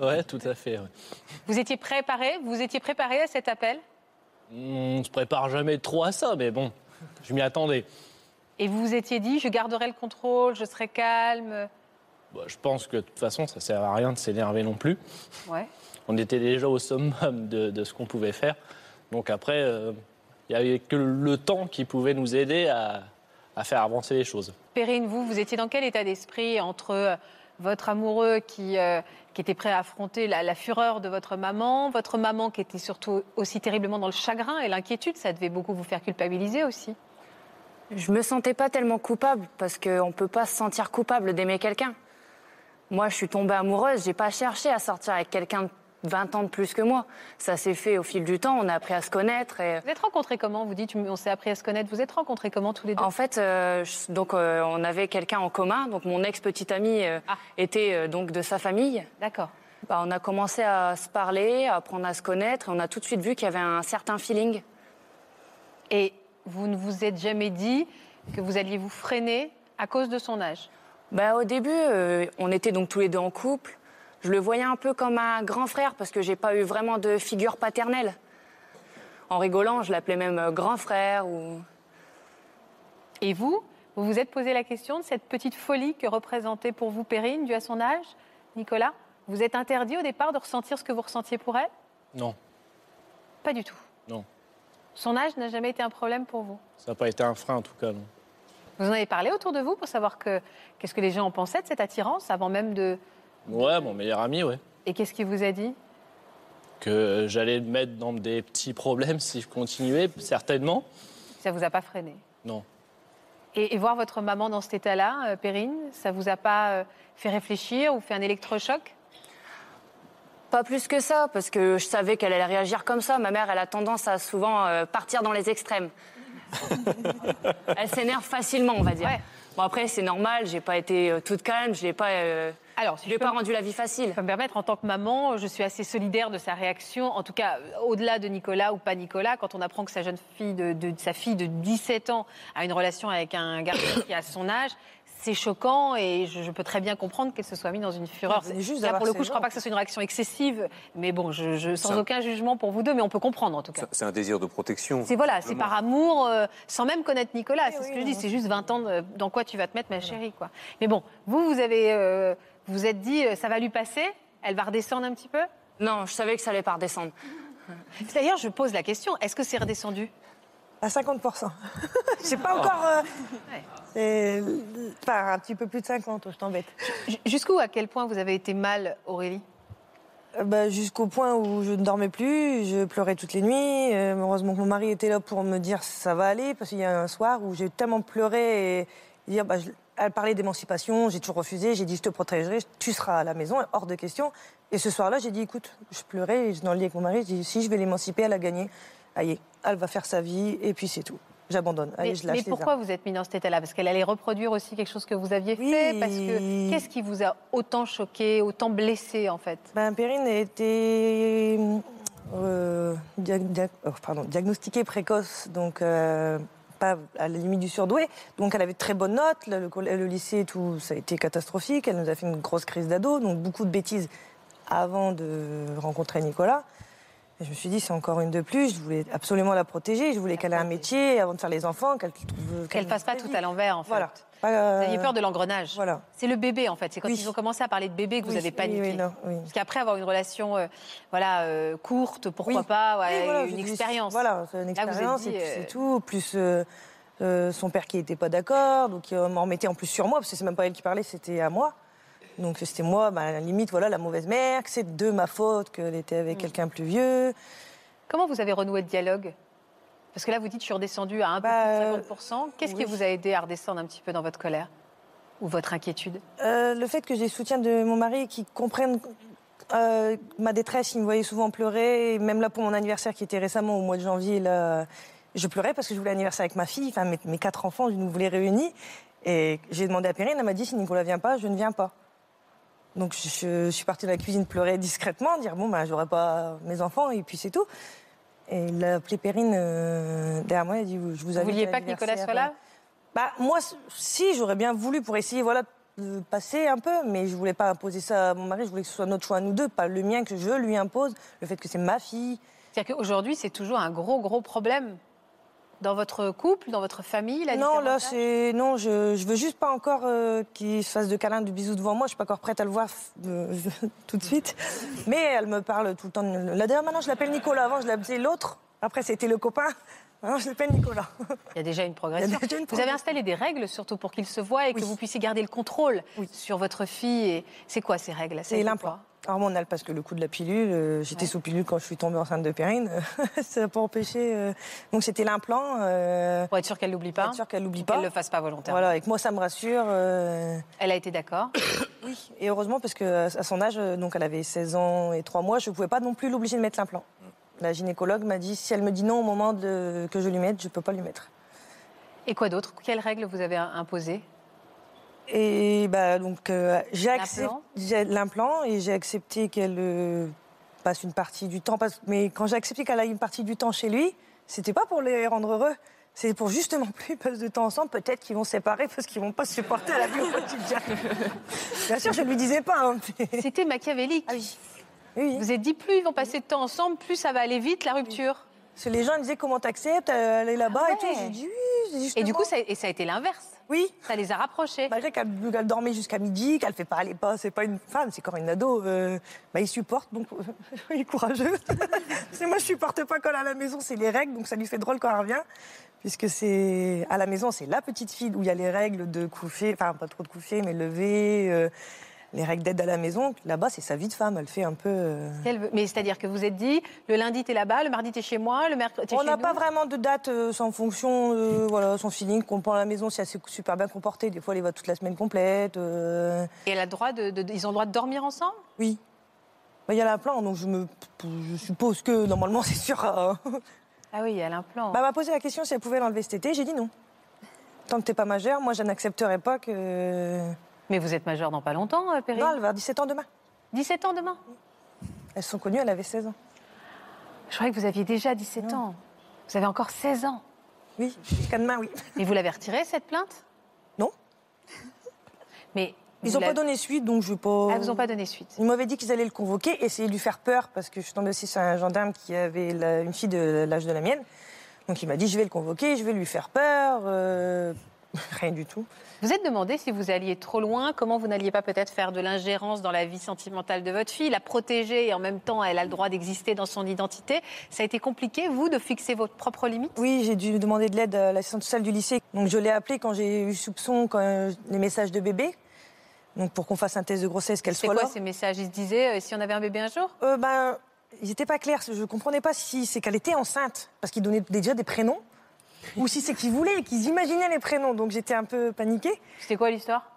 ouais, tout à fait. ouais. Vous étiez préparé Vous étiez préparé à cet appel On se prépare jamais trop à ça, mais bon, je m'y attendais. Et vous vous étiez dit, je garderai le contrôle, je serai calme Bah, je pense que de toute façon, ça sert à rien de s'énerver non plus. Ouais. On était déjà au summum de, de ce qu'on pouvait faire. Donc après, euh, il n'y avait que le temps qui pouvait nous aider à, à faire avancer les choses. Perrine, vous, vous étiez dans quel état d'esprit entre euh, votre amoureux qui, euh, qui était prêt à affronter la, la fureur de votre maman, votre maman qui était surtout aussi terriblement dans le chagrin et l'inquiétude, ça devait beaucoup vous faire culpabiliser aussi. Je me sentais pas tellement coupable parce qu'on peut pas se sentir coupable d'aimer quelqu'un. Moi, je suis tombée amoureuse, j'ai pas cherché à sortir avec quelqu'un de 20 ans de plus que moi. Ça s'est fait au fil du temps, on a appris à se connaître et Vous êtes rencontrés comment Vous dites, tu m- on s'est appris à se connaître. Vous êtes rencontrés comment tous les deux En fait, euh, je- donc euh, on avait quelqu'un en commun. Donc mon ex petite amie euh, Ah. était euh, donc de sa famille. D'accord. Bah, on a commencé à se parler, à apprendre à se connaître, et on a tout de suite vu qu'il y avait un certain feeling. Et vous ne vous êtes jamais dit que vous alliez vous freiner à cause de son âge Bah, au début, euh, on était donc tous les deux en couple. Je le voyais un peu comme un grand frère parce que j'ai pas eu vraiment de figure paternelle. En rigolant, je l'appelais même euh, grand frère ou Et vous Vous vous êtes posé la question de cette petite folie que représentait pour vous Perrine, due à son âge Nicolas, vous êtes interdit au départ de ressentir ce que vous ressentiez pour elle Non, Pas du tout. Non. Son âge n'a jamais été un problème pour vous ça n'a pas été un frein en tout cas. non. Vous en avez parlé autour de vous pour savoir que- qu'est-ce que les gens en pensaient de cette attirance avant même de... Ouais, mon meilleur ami, ouais. Et qu'est-ce qu'il vous a dit Que j'allais me mettre dans des petits problèmes si je continuais, certainement. Ça vous a pas freiné Non. Et, et voir votre maman dans cet état-là, euh, Perrine, ça vous a pas euh, fait réfléchir ou fait un électrochoc Pas plus que ça, parce que je savais qu'elle allait réagir comme ça. Ma mère, elle a tendance à souvent euh, partir dans les extrêmes. elle s'énerve facilement, on va dire. Ouais. Bon, après, c'est normal, j'ai pas été euh, toute calme, je l'ai pas, euh, Alors, si je je l'ai peux pas me- rendu la vie facile. je peux me permettre, en tant que maman, je suis assez solidaire de sa réaction. En tout cas, euh, au-delà de Nicolas ou pas Nicolas, quand on apprend que sa jeune fille, de, de- sa fille de 17 ans a une relation avec un garçon qui a son âge, c'est choquant et je, je peux très bien comprendre qu'elle se soit mise dans une fureur. Elle venait juste Là, d'avoir pour le coup, ses je crois gens. pas que ce soit une réaction excessive, mais bon, je, je- sans Ça- aucun jugement pour vous deux, mais on peut comprendre en tout cas. Ça, C'est un désir de protection. C'est voilà, c'est simplement. par amour, euh, sans même connaître Nicolas. Oui, C'est ce oui, que je non, dis. non, C'est juste 20 ans de- dans quoi tu vas te mettre, ma chérie, quoi. Mais bon, vous, vous avez, euh, vous vous êtes dit, euh, ça va lui passer. Elle va redescendre un petit peu. Non, je savais que ça allait pas redescendre. D'ailleurs, je pose la question est-ce que c'est redescendu À 50%. J'ai pas encore. euh, c'est- Enfin, un petit peu plus de 50, je t'embête. J- Jusqu'où, à quel point vous avez été mal, Aurélie Euh, bah, Jusqu'au point où je ne dormais plus, je pleurais toutes les nuits. Euh, heureusement que mon mari était là pour me dire ça va aller, parce qu'il y a un soir où j'ai tellement pleuré et dire, bah, je- elle parlait d'émancipation, j'ai toujours refusé, j'ai dit je te protégerai, tu seras à la maison, hors de question. Et ce soir-là, j'ai dit écoute, je pleurais, et j'étais dans le lit avec mon mari, j'ai dit si je vais l'émanciper, elle a gagné. Allez, elle va faire sa vie, et puis c'est tout. J'abandonne. Allez, Mais, je lâche mais les pourquoi armes. vous êtes mis dans cet état-là Parce qu'elle allait reproduire aussi quelque chose que vous aviez Oui. fait. Parce que qu'est-ce qui vous a autant choqué, autant blessé, en fait Ben, Perrine a été euh, dia- dia- oh, pardon, diagnostiquée précoce, donc euh, pas à la limite du surdoué. Donc elle avait de très bonnes notes, le, le coll- le lycée et tout, ça a été catastrophique. Elle nous a fait une grosse crise d'ado, donc beaucoup de bêtises avant de rencontrer Nicolas. Et je me suis dit, c'est encore une de plus. Je voulais absolument la protéger. Je voulais qu'elle ait un métier avant de faire les enfants, qu'elle trouve. Qu'elle fasse pas une tout vie. à l'envers, en fait. Voilà. euh, Vous aviez peur de l'engrenage. Voilà. C'est le bébé, en fait. C'est quand Oui. ils ont commencé à parler de bébé que vous Oui, avez oui, paniqué. oui, non, oui. Parce qu'après avoir une relation euh, voilà, euh, courte, pourquoi Oui. pas, ouais, Oui, voilà, j'ai une dit, expérience. Voilà, c'est une Là, vous êtes expérience dit, et puis euh, c'est tout. Plus euh, euh, son père qui n'était pas d'accord, donc il m'en mettait en plus sur moi, parce que c'est même pas elle qui parlait, c'était à moi. Donc c'était moi, bah, à la limite, voilà, la mauvaise mère, que c'est de ma faute qu'elle était avec quelqu'un de plus vieux. Mm. Comment vous avez renoué le dialogue Parce que là, vous dites, je suis redescendue à un peu Bah, plus de 50%. Qu'est-ce oui. qui vous a aidé à redescendre un petit peu dans votre colère ou votre inquiétude Euh, le fait que j'ai le soutien de mon mari et qu'il comprenne euh, ma détresse, il me voyait souvent pleurer. Et même là, pour mon anniversaire qui était récemment au mois de janvier, là, je pleurais parce que je voulais anniversaire avec ma fille, enfin mes, mes quatre enfants, je nous voulais réunis. Et j'ai demandé à Perrine, elle m'a dit si Nicolas vient pas, je ne viens pas. Donc je, je suis partie de la cuisine pleurer discrètement, dire bon ben j'aurai pas mes enfants et puis c'est tout. Et il a appelé Perrine euh, derrière moi, il a dit je vous Vous avais vouliez pas que Nicolas soit là bah, moi, c- si, j'aurais bien voulu pour essayer voilà, de passer un peu, mais je voulais pas imposer ça à mon mari, je voulais que ce soit notre choix à nous deux, pas le mien que je lui impose, le fait que c'est ma fille. C'est-à-dire qu'aujourd'hui, c'est toujours un gros, gros problème dans votre couple, dans votre famille la non, différence hein. là, d'âge c'est. Non, je, je veux juste pas encore euh, qu'il se fasse de câlins, de bisous devant moi. Je suis pas encore prête à le voir euh, tout de suite. Mais elle me parle tout le temps. de- La dernière, maintenant, je l'appelle Nicolas. Avant, je l'appelais l'autre. Après, c'était le copain. Maintenant, je l'appelle Nicolas. Il y a déjà une progression. Il y a déjà une Vous avez progression. installé des règles, surtout pour qu'ils se voient et que vous puissiez garder le contrôle sur votre fille. Et... C'est quoi ces règles Ça a C'est été l'implant quoi hormonal parce que le coup de la pilule, euh, j'étais sous pilule quand je suis tombée enceinte de Perrine, ça n'a pas empêché. euh, Donc c'était l'implant. euh, Pour être sûr qu'elle n'oublie pour pas. être sûr qu'elle l'oublie ou qu'elle pas. ne le fasse pas volontairement. Voilà, et que moi ça me rassure. euh, Elle a été d'accord. Et heureusement parce que à à son âge, euh, donc elle avait 16 ans et 3 mois, je ne pouvais pas non plus l'obliger de mettre l'implant. Mm. La gynécologue m'a dit si elle me dit non au moment de- que je lui mette, je peux pas lui mettre. Et quoi d'autre Quelles règles vous avez imposées Et bah donc euh, j'ai accepté L'implant j'ai- l'implant et j'ai accepté qu'elle euh, passe une partie du temps. parce- mais quand j'ai accepté qu'elle aille une partie du temps chez lui, c'était pas pour les rendre heureux. C'est pour justement plus ils passent de temps ensemble. Peut-être qu'ils vont se séparer parce qu'ils vont pas se supporter à la vie au quotidien. Bien sûr, je ne lui disais pas. hein, mais- C'était machiavélique. Ah Oui, oui. Vous avez dit plus ils vont passer de temps ensemble, plus ça va aller vite, la rupture. Parce que les gens ils disaient comment t'acceptes, euh, elle est là-bas et Ah ouais. tout. J'ai dit oui. j'ai dit, Et du coup, justement. ça, et ça a été l'inverse. Oui, Ça les a rapprochés. malgré qu'elle qu'elle dormait jusqu'à midi, qu'elle fait pas, elle est pas, c'est pas une femme, c'est quand même une ado. euh, bah, il supporte, donc euh, il est courageux. c'est moi, je supporte pas quand elle est à la maison, c'est les règles, donc ça lui fait drôle quand elle revient, puisque c'est à la maison, c'est la petite fille où il y a les règles de coucher, enfin pas trop de coucher, mais lever, euh, les règles d'aide à la maison. Là-bas, c'est sa vie de femme, elle fait un peu. euh, Elle veut- Mais c'est-à-dire que vous êtes dit, le lundi t'es là-bas, le mardi t'es chez moi, le mercredi t'es On chez n'a nous. pas vraiment de date euh, sans fonction, euh, voilà, son feeling, qu'on prend à la maison, si elle s'est super bien comportée. Des fois, elle y va toute la semaine complète. euh, Et elle a le droit de- de- ils ont le droit de dormir ensemble Oui. Bah, Il y a l'implant, donc je, me... je suppose que normalement, c'est sûr. euh. Ah oui, elle a un plan. Bah, elle m'a posé la question si elle pouvait l'enlever cet été, j'ai dit non. Tant que t'es pas majeure, moi, je n'accepterai pas que. Mais vous êtes majeur dans pas longtemps, euh, Perrine Non, elle va avoir 17 ans demain. 17 ans demain Elles se sont connues, elle avait 16 ans. Je croyais que vous aviez déjà 17 ans. Vous avez encore 16 ans. Oui, jusqu'à demain, oui. Mais vous l'avez retirée, cette plainte Non. Mais Ils vous ont pas l'avez- donné suite, donc je vais pas. Ah, ils vous ont pas donné suite. Ils m'avaient dit qu'ils allaient le convoquer, essayer de lui faire peur, parce que je suis tombée aussi sur un gendarme qui avait la- une fille de l'âge de la mienne. Donc il m'a dit, je vais le convoquer, je vais lui faire peur. euh, Rien du tout. Vous êtes demandé si vous alliez trop loin, comment vous n'alliez pas peut-être faire de l'ingérence dans la vie sentimentale de votre fille, la protéger et en même temps elle a le droit d'exister dans son identité. Ça a été compliqué, vous, de fixer votre propre limite Oui, j'ai dû demander de l'aide à l'assistante sociale du lycée. Donc je l'ai appelée quand j'ai eu soupçon, quand euh, les messages de bébé. Donc pour qu'on fasse un test de grossesse, qu'elle C'est soit quoi là. ces messages Ils se disaient, euh, si on avait un bébé un jour Euh, ben, ils n'étaient pas clairs. Je comprenais pas si c'est qu'elle était enceinte, parce qu'ils donnaient déjà des prénoms, ou si c'est qu'ils voulaient, et qu'ils imaginaient les prénoms. Donc j'étais un peu paniquée. C'était quoi l'histoire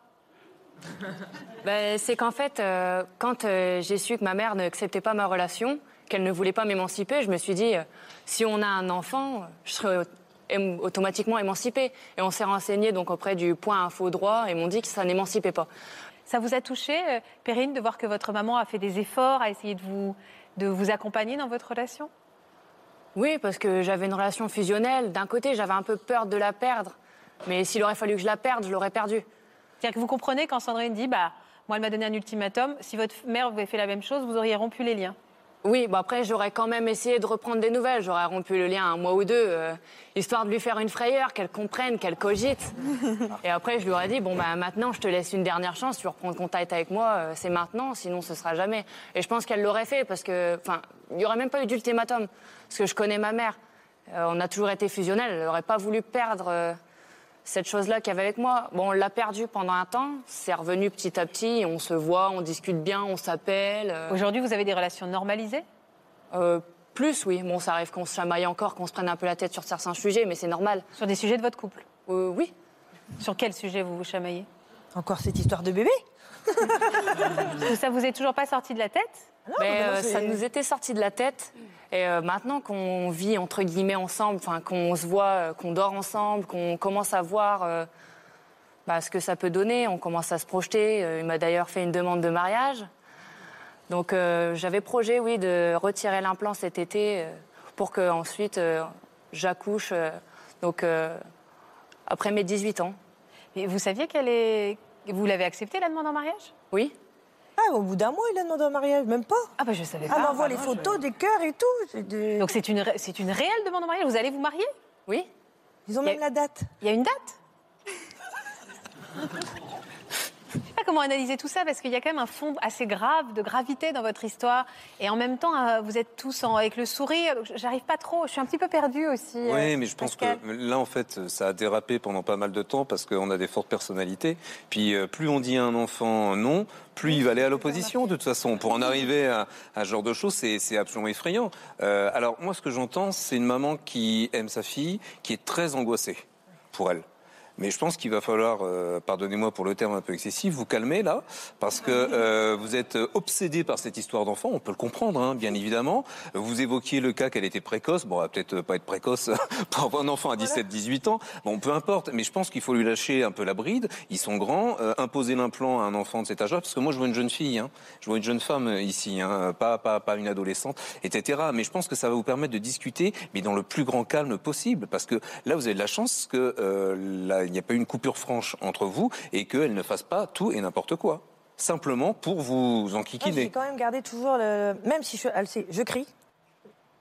Ben, c'est qu'en fait, euh, quand euh, j'ai su que ma mère n'acceptait pas ma relation, qu'elle ne voulait pas m'émanciper, je me suis dit, euh, si on a un enfant, euh, je serai au- émo- automatiquement émancipée. Et on s'est renseigné donc auprès du point info droit et m'ont dit que ça n'émancipait pas. Ça vous a touché, euh, Perrine, de voir que votre maman a fait des efforts, a essayé de vous, de vous accompagner dans votre relation Oui, parce que j'avais une relation fusionnelle. D'un côté, j'avais un peu peur de la perdre, mais s'il aurait fallu que je la perde, je l'aurais perdue. C'est-à-dire que vous comprenez quand Sandrine dit, bah, moi elle m'a donné un ultimatum, si votre mère vous avait fait la même chose, vous auriez rompu les liens. Oui, bon après j'aurais quand même essayé de reprendre des nouvelles, j'aurais rompu le lien un mois ou deux, euh, histoire de lui faire une frayeur, qu'elle comprenne, qu'elle cogite. Et après je lui aurais dit, bon bah maintenant je te laisse une dernière chance, tu reprends contact avec moi, euh, c'est maintenant, sinon ce sera jamais. Et je pense qu'elle l'aurait fait parce que, enfin, il n'y aurait même pas eu d'ultimatum, parce que je connais ma mère, Euh, on a toujours été fusionnels, elle n'aurait pas voulu perdre euh, cette chose-là qu'il y avait avec moi. Bon, on l'a perdue pendant un temps, c'est revenu petit à petit, on se voit, on discute bien, on s'appelle. euh, Aujourd'hui, vous avez des relations normalisées euh, plus, oui. Bon, ça arrive qu'on se chamaille encore, qu'on se prenne un peu la tête sur certains sujets, mais c'est normal. sur des sujets de votre couple. Euh, oui. Sur quel sujet vous vous chamaillez Encore cette histoire de bébé Parce que ça vous est toujours pas sorti de la tête Mais, maintenant, euh, c'est- ça nous était sorti de la tête. Et euh, maintenant qu'on vit entre guillemets ensemble, enfin qu'on se voit, euh, qu'on dort ensemble, qu'on commence à voir euh, bah, ce que ça peut donner, on commence à se projeter. Euh, Il m'a d'ailleurs fait une demande de mariage. Donc euh, j'avais projet, oui, de retirer l'implant cet été euh, pour que ensuite euh, j'accouche. euh, donc euh, après mes 18 ans, Et vous saviez qu'elle est. Vous l'avez acceptée, la demande en mariage oui. Ah, au bout d'un mois, il a demandé un mariage, même pas. Ah, bah je savais pas. Ah, m'envoie bah, les non, photos des cœurs et tout. J'ai des- je- Donc c'est une, ré- c'est une réelle demande en mariage Vous allez vous marier Oui, Ils ont même y a- la date. Il y a une date Je sais pas comment analyser tout ça parce qu'il y a quand même un fond assez grave de gravité dans votre histoire et en même temps euh, vous êtes tous en- avec le sourire. Donc, J'arrive pas trop, je suis un petit peu perdue aussi. euh, Oui, mais je pense Pascal. que là, en fait, ça a dérapé pendant pas mal de temps parce qu'on a des fortes personnalités. Puis euh, plus on dit à un enfant non, plus il va aller à l'opposition, de toute façon. Pour en arriver à, à ce genre de choses, c'est c'est absolument effrayant. Euh, alors, moi, ce que j'entends, c'est une maman qui aime sa fille, qui est très angoissée pour elle. Mais je pense qu'il va falloir, euh, pardonnez-moi pour le terme un peu excessif, vous calmer là, parce que euh, vous êtes obsédé par cette histoire d'enfant, on peut le comprendre, hein, bien évidemment. Vous évoquiez le cas qu'elle était précoce, bon, elle va peut-être pas être précoce pour avoir un enfant à 17-18 ans, bon, peu importe, mais je pense qu'il faut lui lâcher un peu la bride, ils sont grands, Euh, imposer l'implant à un enfant de cet âge-là, parce que moi je vois une jeune fille, hein. je vois une jeune femme euh, ici, hein, pas, pas, pas une adolescente, etc. Mais je pense que ça va vous permettre de discuter, mais dans le plus grand calme possible, parce que là vous avez de la chance que euh, là, il n'y a pas eu une coupure franche entre vous et qu'elle ne fasse pas tout et n'importe quoi, simplement pour vous Moi, Ah, J'ai enquiquiner. quand même gardé toujours le. Même si je, elle sait, je crie.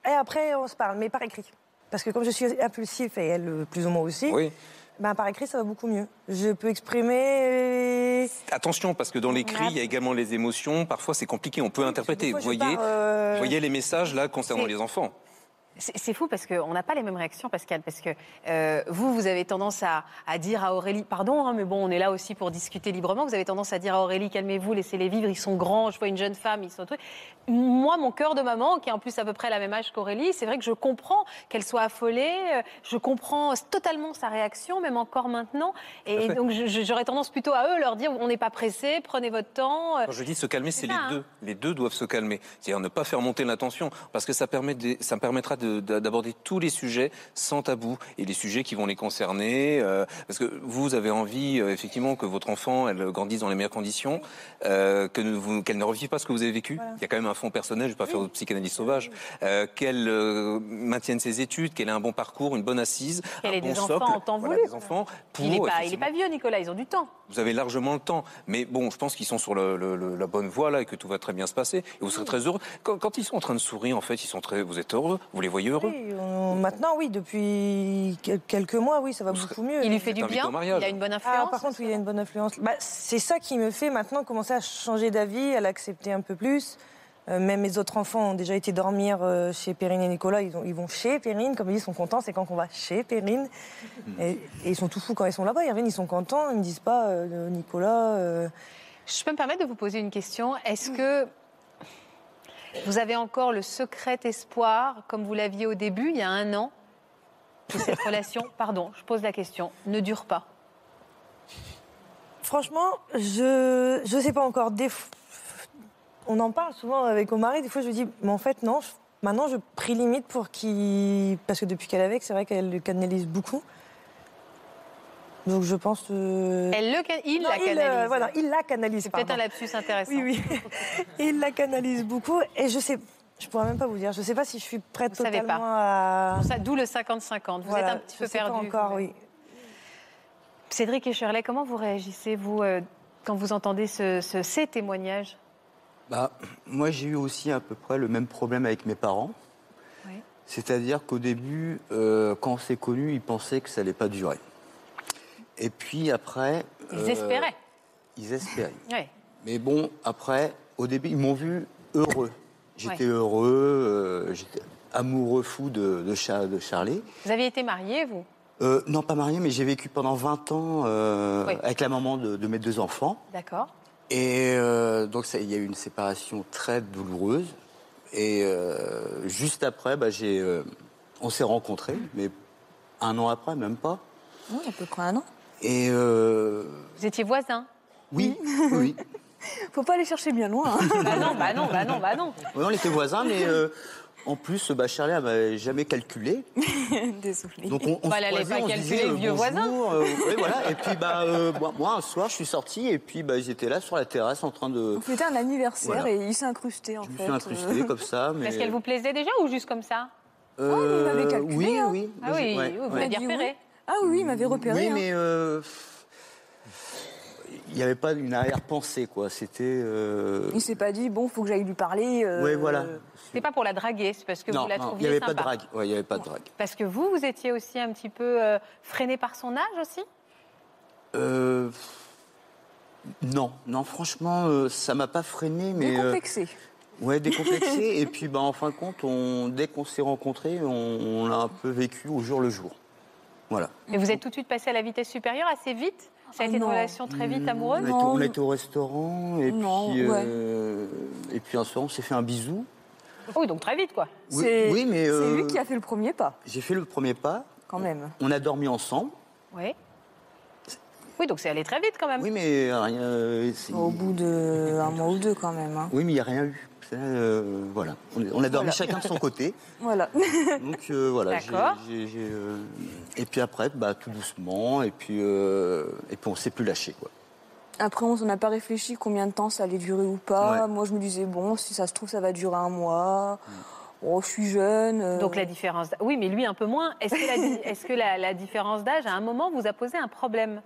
Et après, on se parle, mais par écrit. Parce que comme je suis impulsif et elle euh, plus ou moins aussi, Oui. ben, par écrit, ça va beaucoup mieux. Je peux exprimer. Attention, parce que dans les cris, il y a également les émotions. Parfois, c'est compliqué. On peut interpréter. Des fois, Vous je voyez, pars, euh, vous voyez les messages là concernant C'est- les enfants. C'est c'est fou parce qu'on n'a pas les mêmes réactions, Pascal, parce que euh, vous, vous avez tendance à, à dire à Aurélie, pardon, hein, mais bon, on est là aussi pour discuter librement, vous avez tendance à dire à Aurélie, calmez-vous, laissez-les vivre, ils sont grands, je vois une jeune femme, ils sont... trucs. Moi, mon cœur de maman, qui est en plus à peu près la même âge qu'Aurélie, c'est vrai que je comprends qu'elle soit affolée, euh, je comprends totalement sa réaction, même encore maintenant, et donc je- je- j'aurais tendance plutôt à eux, leur dire, on n'est pas pressé, prenez votre temps. euh, Quand je dis se calmer, c'est ça, les hein. deux. Les deux doivent se calmer. C'est-à-dire ne pas faire monter la tension, parce que ça, permet de- ça permettra de- de- d'aborder tous les sujets sans tabou et les sujets qui vont les concerner. euh, parce que vous avez envie, euh, effectivement, que votre enfant elle grandisse dans les meilleures conditions, euh, que ne- vous- qu'elle ne revive pas ce que vous avez vécu. Il y a quand même un fond personnel. Je ne vais pas faire de psychanalyse sauvage. Euh, qu'elle euh, maintienne ses études, qu'elle ait un bon parcours, une bonne assise, Qu'elle un ait bon des enfants socle. en temps Voilà, voulu. des enfants pour il n'est pas, il est effectivement, pas vieux, Nicolas, ils ont du temps. vous avez largement le temps. Mais bon, je pense qu'ils sont sur le- le- le- la bonne voie là et que tout va très bien se passer. Et vous serez très heureux. Quand, quand ils sont en train de sourire, en fait, ils sont très, vous êtes heureux. Vous les voyez heureux. Oui, on- Maintenant, oui, depuis quel- quelques mois, oui, ça va beaucoup mieux. Il lui fait du invité bien, au mariage. il a une bonne Ah, influence. par contre, oui, il y a une bonne influence. Bah, c'est ça qui me fait maintenant commencer à changer d'avis, à l'accepter un peu plus. Euh, même mes autres enfants ont déjà été dormir euh, chez Perrine et Nicolas. Ils, ont- ils vont chez Perrine, comme ils disent, ils sont contents. C'est quand qu'on va chez Perrine. Hmm. Et, et ils sont tout fous quand ils sont là-bas. Ils reviennent, ils sont contents. Ils me disent pas, euh, Nicolas. euh, Je peux me permettre de vous poser une question. Est-ce que vous avez encore le secret espoir, comme vous l'aviez au début, il y a un an, que cette relation, pardon, je pose la question, ne dure pas Franchement, je je sais pas encore. Des f- on en parle souvent avec mon mari. Des fois, je lui dis, mais en fait, non. je- Maintenant, je prie limite pour qu'il. Parce que depuis qu'elle est avec, c'est vrai qu'elle le canalise beaucoup. Donc, je pense. euh, Elle le, can- il non, la euh, canalise. voilà, il la canalise. C'est peut-être pardon. un lapsus intéressant. Oui, oui. il la canalise beaucoup. Et je sais. Je pourrais même pas vous dire. Je sais pas si je suis prête Vous savez pas. totalement à. Ça, D'où le 50-50. Vous Voilà, êtes un petit je peu sais pas perdu. encore, oui. Cédric et Shirley, comment vous réagissez, vous, euh, quand vous entendez ce- ce- ces témoignages Bah, moi, j'ai eu aussi à peu près le même problème avec mes parents. Oui. C'est-à-dire qu'au début, euh, quand on s'est connus, ils pensaient que ça n'allait pas durer. Et puis après. Ils euh, espéraient. Ils espéraient. Ouais. Mais bon, après, au début, ils m'ont vu heureux. J'étais heureux, euh, j'étais amoureux fou de, de, Cha- de Charlie. Vous aviez été mariés, vous Euh, non, pas marié, mais j'ai vécu pendant 20 ans euh, Oui. avec la maman de, de mes deux enfants. D'accord. Et euh, donc, ça, il y a eu une séparation très douloureuse. Et euh, juste après, bah, j'ai, euh, on s'est rencontrés, mais un an après, même pas. Oui, à peu près un an. Et euh, Vous étiez voisins. Oui, oui. oui. Faut pas aller chercher bien loin. hein. Bah non, bah non, bah non, bah non. Ouais, on était voisins, mais euh, en plus, bah, Charlie elle m'avait jamais calculé. Désolée. Donc on, on Bah, se elle allait croisait, pas on se calculer disait, le euh, vieux voisin. bonjour, euh, oui, voilà. Et puis bah, euh, moi, moi, un soir, je suis sorti et puis bah, ils étaient là sur la terrasse en train de. On fêtait un anniversaire Voilà. et il s'est incrusté en Je fait. me suis incrusté euh. comme ça. Mais... Est-ce qu'elle vous plaisait déjà ou juste comme ça Euh, Oh, mais il m'avait calculé, Oui, hein. oui. Ah oui, Ouais, oui, ouais. vous Il a l'avez dit oui. repéré. Ah oui, il m'avait repéré. Oui, hein. mais euh, il n'y avait pas une arrière-pensée, quoi. C'était. euh, Il s'est pas dit, bon, faut que j'aille lui parler. euh, Ouais, voilà. C'est pas pour la draguer, c'est parce que Non, vous la non, il trouviez n'y avait sympa. pas de drague. Ouais, il n'y avait pas de drague. Parce que vous, vous étiez aussi un petit peu euh, freiné par son âge aussi Euh, Non, non, franchement, euh, ça m'a pas freiné, mais euh, Décomplexé. ouais, décomplexé. et puis, bah, en fin de compte, on, dès qu'on s'est rencontrés, on, on l'a un peu vécu au jour le jour. Voilà. Mais vous êtes tout de suite passé à la vitesse supérieure assez vite Ça a Ah été une non. relation très vite Mmh, Mm. On amoureuse a été- Non. on a été au restaurant et Non, puis euh, et puis un soir, on s'est fait un bisou. Oui, donc très vite quoi. euh, Oui, C'est- oui, mais C'est euh, lui qui a fait le premier pas, j'ai fait le premier pas. quand même. On a dormi ensemble. Oui. Oui, donc c'est allé très vite quand même. Oui, mais rien. euh, c'est- Au bout d'un mois ou deux, quand même. hein. Oui, mais il n'y a rien eu. C'est, euh, voilà. On, on a dormi chacun de son côté. Voilà. Donc euh, voilà. j'ai- D'accord. j'ai- j'ai, euh, Et puis après, bah, tout doucement, et puis, euh, et puis on ne s'est plus lâché. Quoi. Après, on n'a pas réfléchi combien de temps ça allait durer ou pas. Ouais. Mm. Moi, je me disais, bon, si ça se trouve, ça va durer un mois. Oh, je suis jeune. euh, Donc la différence. d'a- Oui, mais lui un peu moins. Est-ce que la, di- est-ce que la- la différence d'âge, à un moment, vous a posé un problème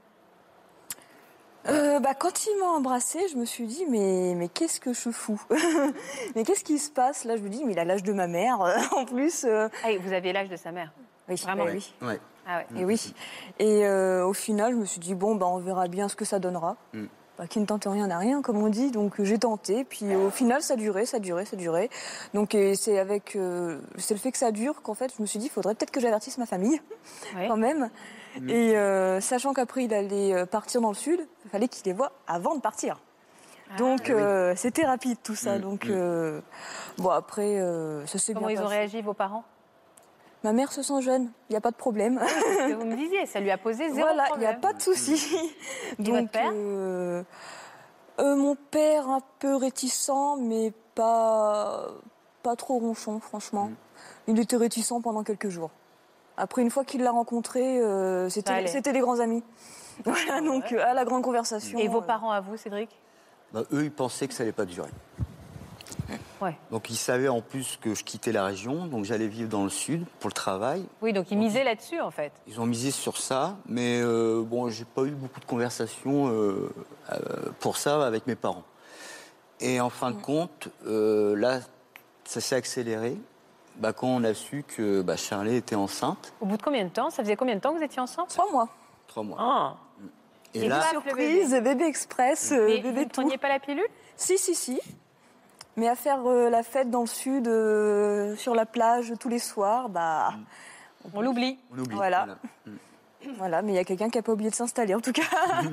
Euh, bah, quand il m'a embrassée, je me suis dit, mais, mais qu'est-ce que je fous Mais qu'est-ce qui se passe Là, je me dis, mais il a l'âge de ma mère, en plus. euh, Ah, et vous aviez l'âge de sa mère. Oui, Vraiment. bah oui. Ouais. Ah ouais. Et oui. Et euh, au final, je me suis dit, bon, bah, on verra bien ce que ça donnera. Mm. Bah, qui ne tente rien n'a rien, comme on dit. Donc euh, j'ai tenté. Puis au final, ça durait, ça durait, ça durait. Donc et c'est avec. euh, c'est le fait que ça dure qu'en fait, je me suis dit, il faudrait peut-être que j'avertisse ma famille, Ouais. quand même. Mm. Et euh, sachant qu'après, il allait euh, partir dans le sud, il fallait qu'il les voie avant de partir. Ah. Donc euh, c'était rapide tout ça. Eh Mm, Donc mm. euh, bon après euh, ça s'est bien Comment ils ont passé. réagi vos parents Ma mère se sent jeune, il n'y a pas de problème. Parce que Vous me disiez, ça lui a posé zéro Voilà, il n'y problème. a pas de souci. Et votre père euh, euh, Mon père un peu réticent, mais pas, pas trop ronchon, franchement. Il était réticent pendant quelques jours. Après, une fois qu'il l'a rencontré, euh, Ça c'était allait. c'était les grands amis. Voilà, donc euh, à la grande conversation. Et vos euh, parents à vous, Cédric Bah, eux, ils pensaient que ça n'allait pas durer. Ouais. Donc ils savaient en plus que je quittais la région, donc j'allais vivre dans le sud pour le travail. Oui, donc ils misaient là-dessus en fait. Ils ont misé sur ça, mais euh, bon, j'ai pas eu beaucoup de conversations euh, euh, pour ça avec mes parents. Et en fin de compte, euh, là, ça s'est accéléré. Bah, quand on a su que bah, Charlie était enceinte, Au bout de combien de temps Ça faisait combien de temps que vous étiez ensemble Trois mois. trois mois. Ah. Oh. Et Et là, Ah, le bébé. Surprise, bébé express, euh, Mais vous bébé ne tout. preniez pas la pilule Si, si, si. Mais à faire euh, la fête dans le sud, euh, sur la plage, tous les soirs, bah. On l'oublie. on oublie. Voilà. Voilà, mais il y a quelqu'un qui n'a pas oublié de s'installer en tout cas.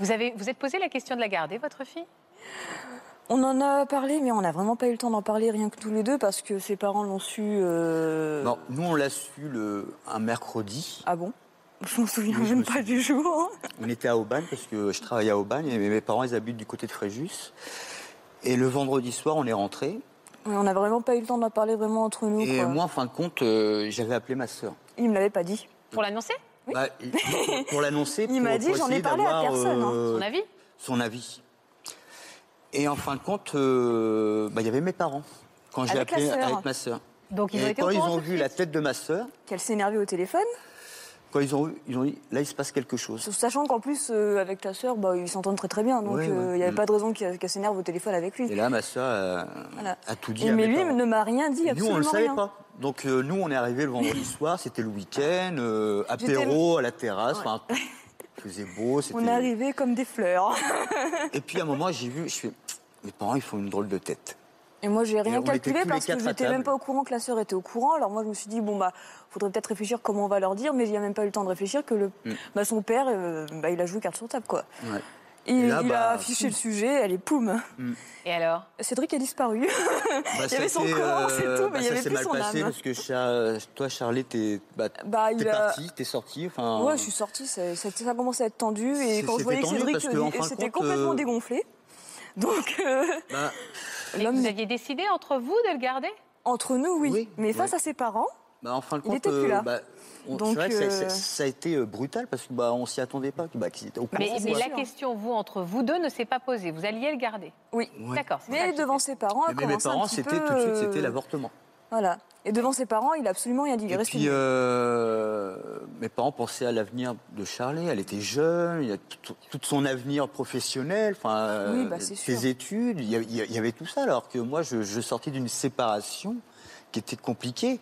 Vous avez, vous êtes posé la question de la garder, votre fille On en a parlé, mais on n'a vraiment pas eu le temps d'en parler rien que tous les deux parce que ses parents l'ont su. euh, Non, nous, on l'a su le, un mercredi. Ah bon Je m'en souviens Oui, je même me pas du jour. On était à Aubagne parce que je travaillais à Aubagne et mes parents ils habitent du côté de Fréjus. Et le vendredi soir, on est rentré. Ouais, on n'a vraiment pas eu le temps d'en parler vraiment entre nous. Et quoi. moi, en fin de compte, euh, j'avais appelé ma sœur. Il me l'avait pas dit. Pour l'annoncer Bah, il- pour- pour l'annoncer, Il pour- m'a dit, pour j'en ai essayer parlé à d'avoir, personne, hein. euh, Son avis son avis. Et en fin de compte, euh, bah, il y avait mes parents quand j'ai Avec la appelé sœur. avec ma sœur. Donc ils ont Et été au quand ils courant ont tout de vu suite. la tête de ma sœur, Qu'elle s'est énervée au téléphone, quand ils ont vu, ils ont dit là il se passe quelque chose. sachant qu'en plus euh, avec ta sœur, bah, ils s'entendent très très bien, donc euh, Ouais, il ouais. n'y avait Mm. pas de raison qu'elle qu'elle s'énerve au téléphone avec lui. Et là ma sœur euh, Voilà. a tout dit. Et à mais mes lui parents. ne m'a rien dit, Et Nous absolument on ne le savait rien. pas. Donc euh, nous on est arrivé le vendredi soir, c'était le week-end, euh, J'étais- apéro à la terrasse, enfin, il faisait beau. On est c'était- arrivé comme des fleurs. Et puis à un moment j'ai vu, je fais mes parents ils font une drôle de tête. Et moi, j'ai Et rien on était tous calculé les parce que quatre à j'étais table. même pas au courant que la sœur était au courant. Alors moi, je me suis dit bon bah, faudrait peut-être réfléchir comment on Mm. va leur dire, mais il n'y a même pas eu le temps de réfléchir que le, bah, son père, euh, bah, il a joué carte sur table quoi. Ouais. Il, là, il bah, Mm. a affiché le sujet, elle est poum. Et alors Cédric a disparu. Bah, Il y avait ça son s'est, corps, c'est tout, mais il y ça avait s'est plus mal son passé âme. parce que Cha- euh, toi, Charlie, t'es bah, Bah, t'es il a... parti, t'es sorti. Enfin, Ouais, je suis sortie, ça, ça, ça commençait à être tendu et C'est- quand je c'était voyais que tendu Cédric parce que, en fin de c'était compte, complètement euh, dégonflé. Donc, euh, bah, Et l'homme Vous aviez décidé entre vous de le garder entre nous, oui. Oui, mais face ouais. à ses parents, bah, en fin de Il compte, était plus là. bah, on- Donc, c'est vrai que ça- euh, ça, ça a été euh, brutal parce que bah, on s'y attendait pas, que, bah, qu'ils étaient au courant. Mais, c'est mais sûr. la question, vous, entre vous deux, ne s'est pas posée. Vous alliez le garder. oui. Ouais. D'accord. c'est ça Mais qui- devant ses parents, elle Mais mes commençait un parents, petit c'était peu, tout de suite, c'était euh, l'avortement. Voilà. Et devant ses parents, il a absolument rien dit. Il Et est resté puis, muet. euh, mes parents pensaient à l'avenir de Charlie. Elle était jeune, il y a tout, tout son avenir professionnel, enfin, Oui, euh, bah, c'est sûr. ses études, il y, a- il y a- il y avait tout ça. Alors que moi, je, je sortais d'une séparation qui était compliquée.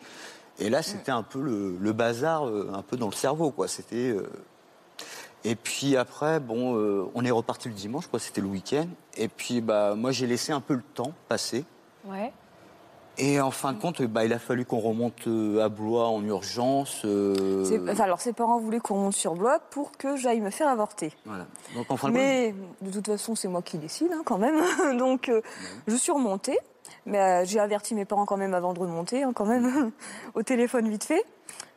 Et là, c'était un peu le, le bazar, euh, un peu dans le cerveau, quoi. C'était. euh, Et puis après, bon, euh, on est reparti le dimanche, je crois que c'était le week-end. Et puis, bah, moi, j'ai laissé un peu le temps passer. Ouais. Et en fin de compte, bah, il a fallu qu'on remonte euh, à Blois en urgence. euh, C'est- enfin, alors, ses parents voulaient qu'on monte sur Blois pour que j'aille me faire avorter. voilà. Donc en fin de Mais de toute façon, c'est moi qui décide hein, quand même. Donc, euh, je suis remontée. Mais euh, j'ai averti mes parents quand même avant de remonter, hein, quand même, au téléphone vite fait.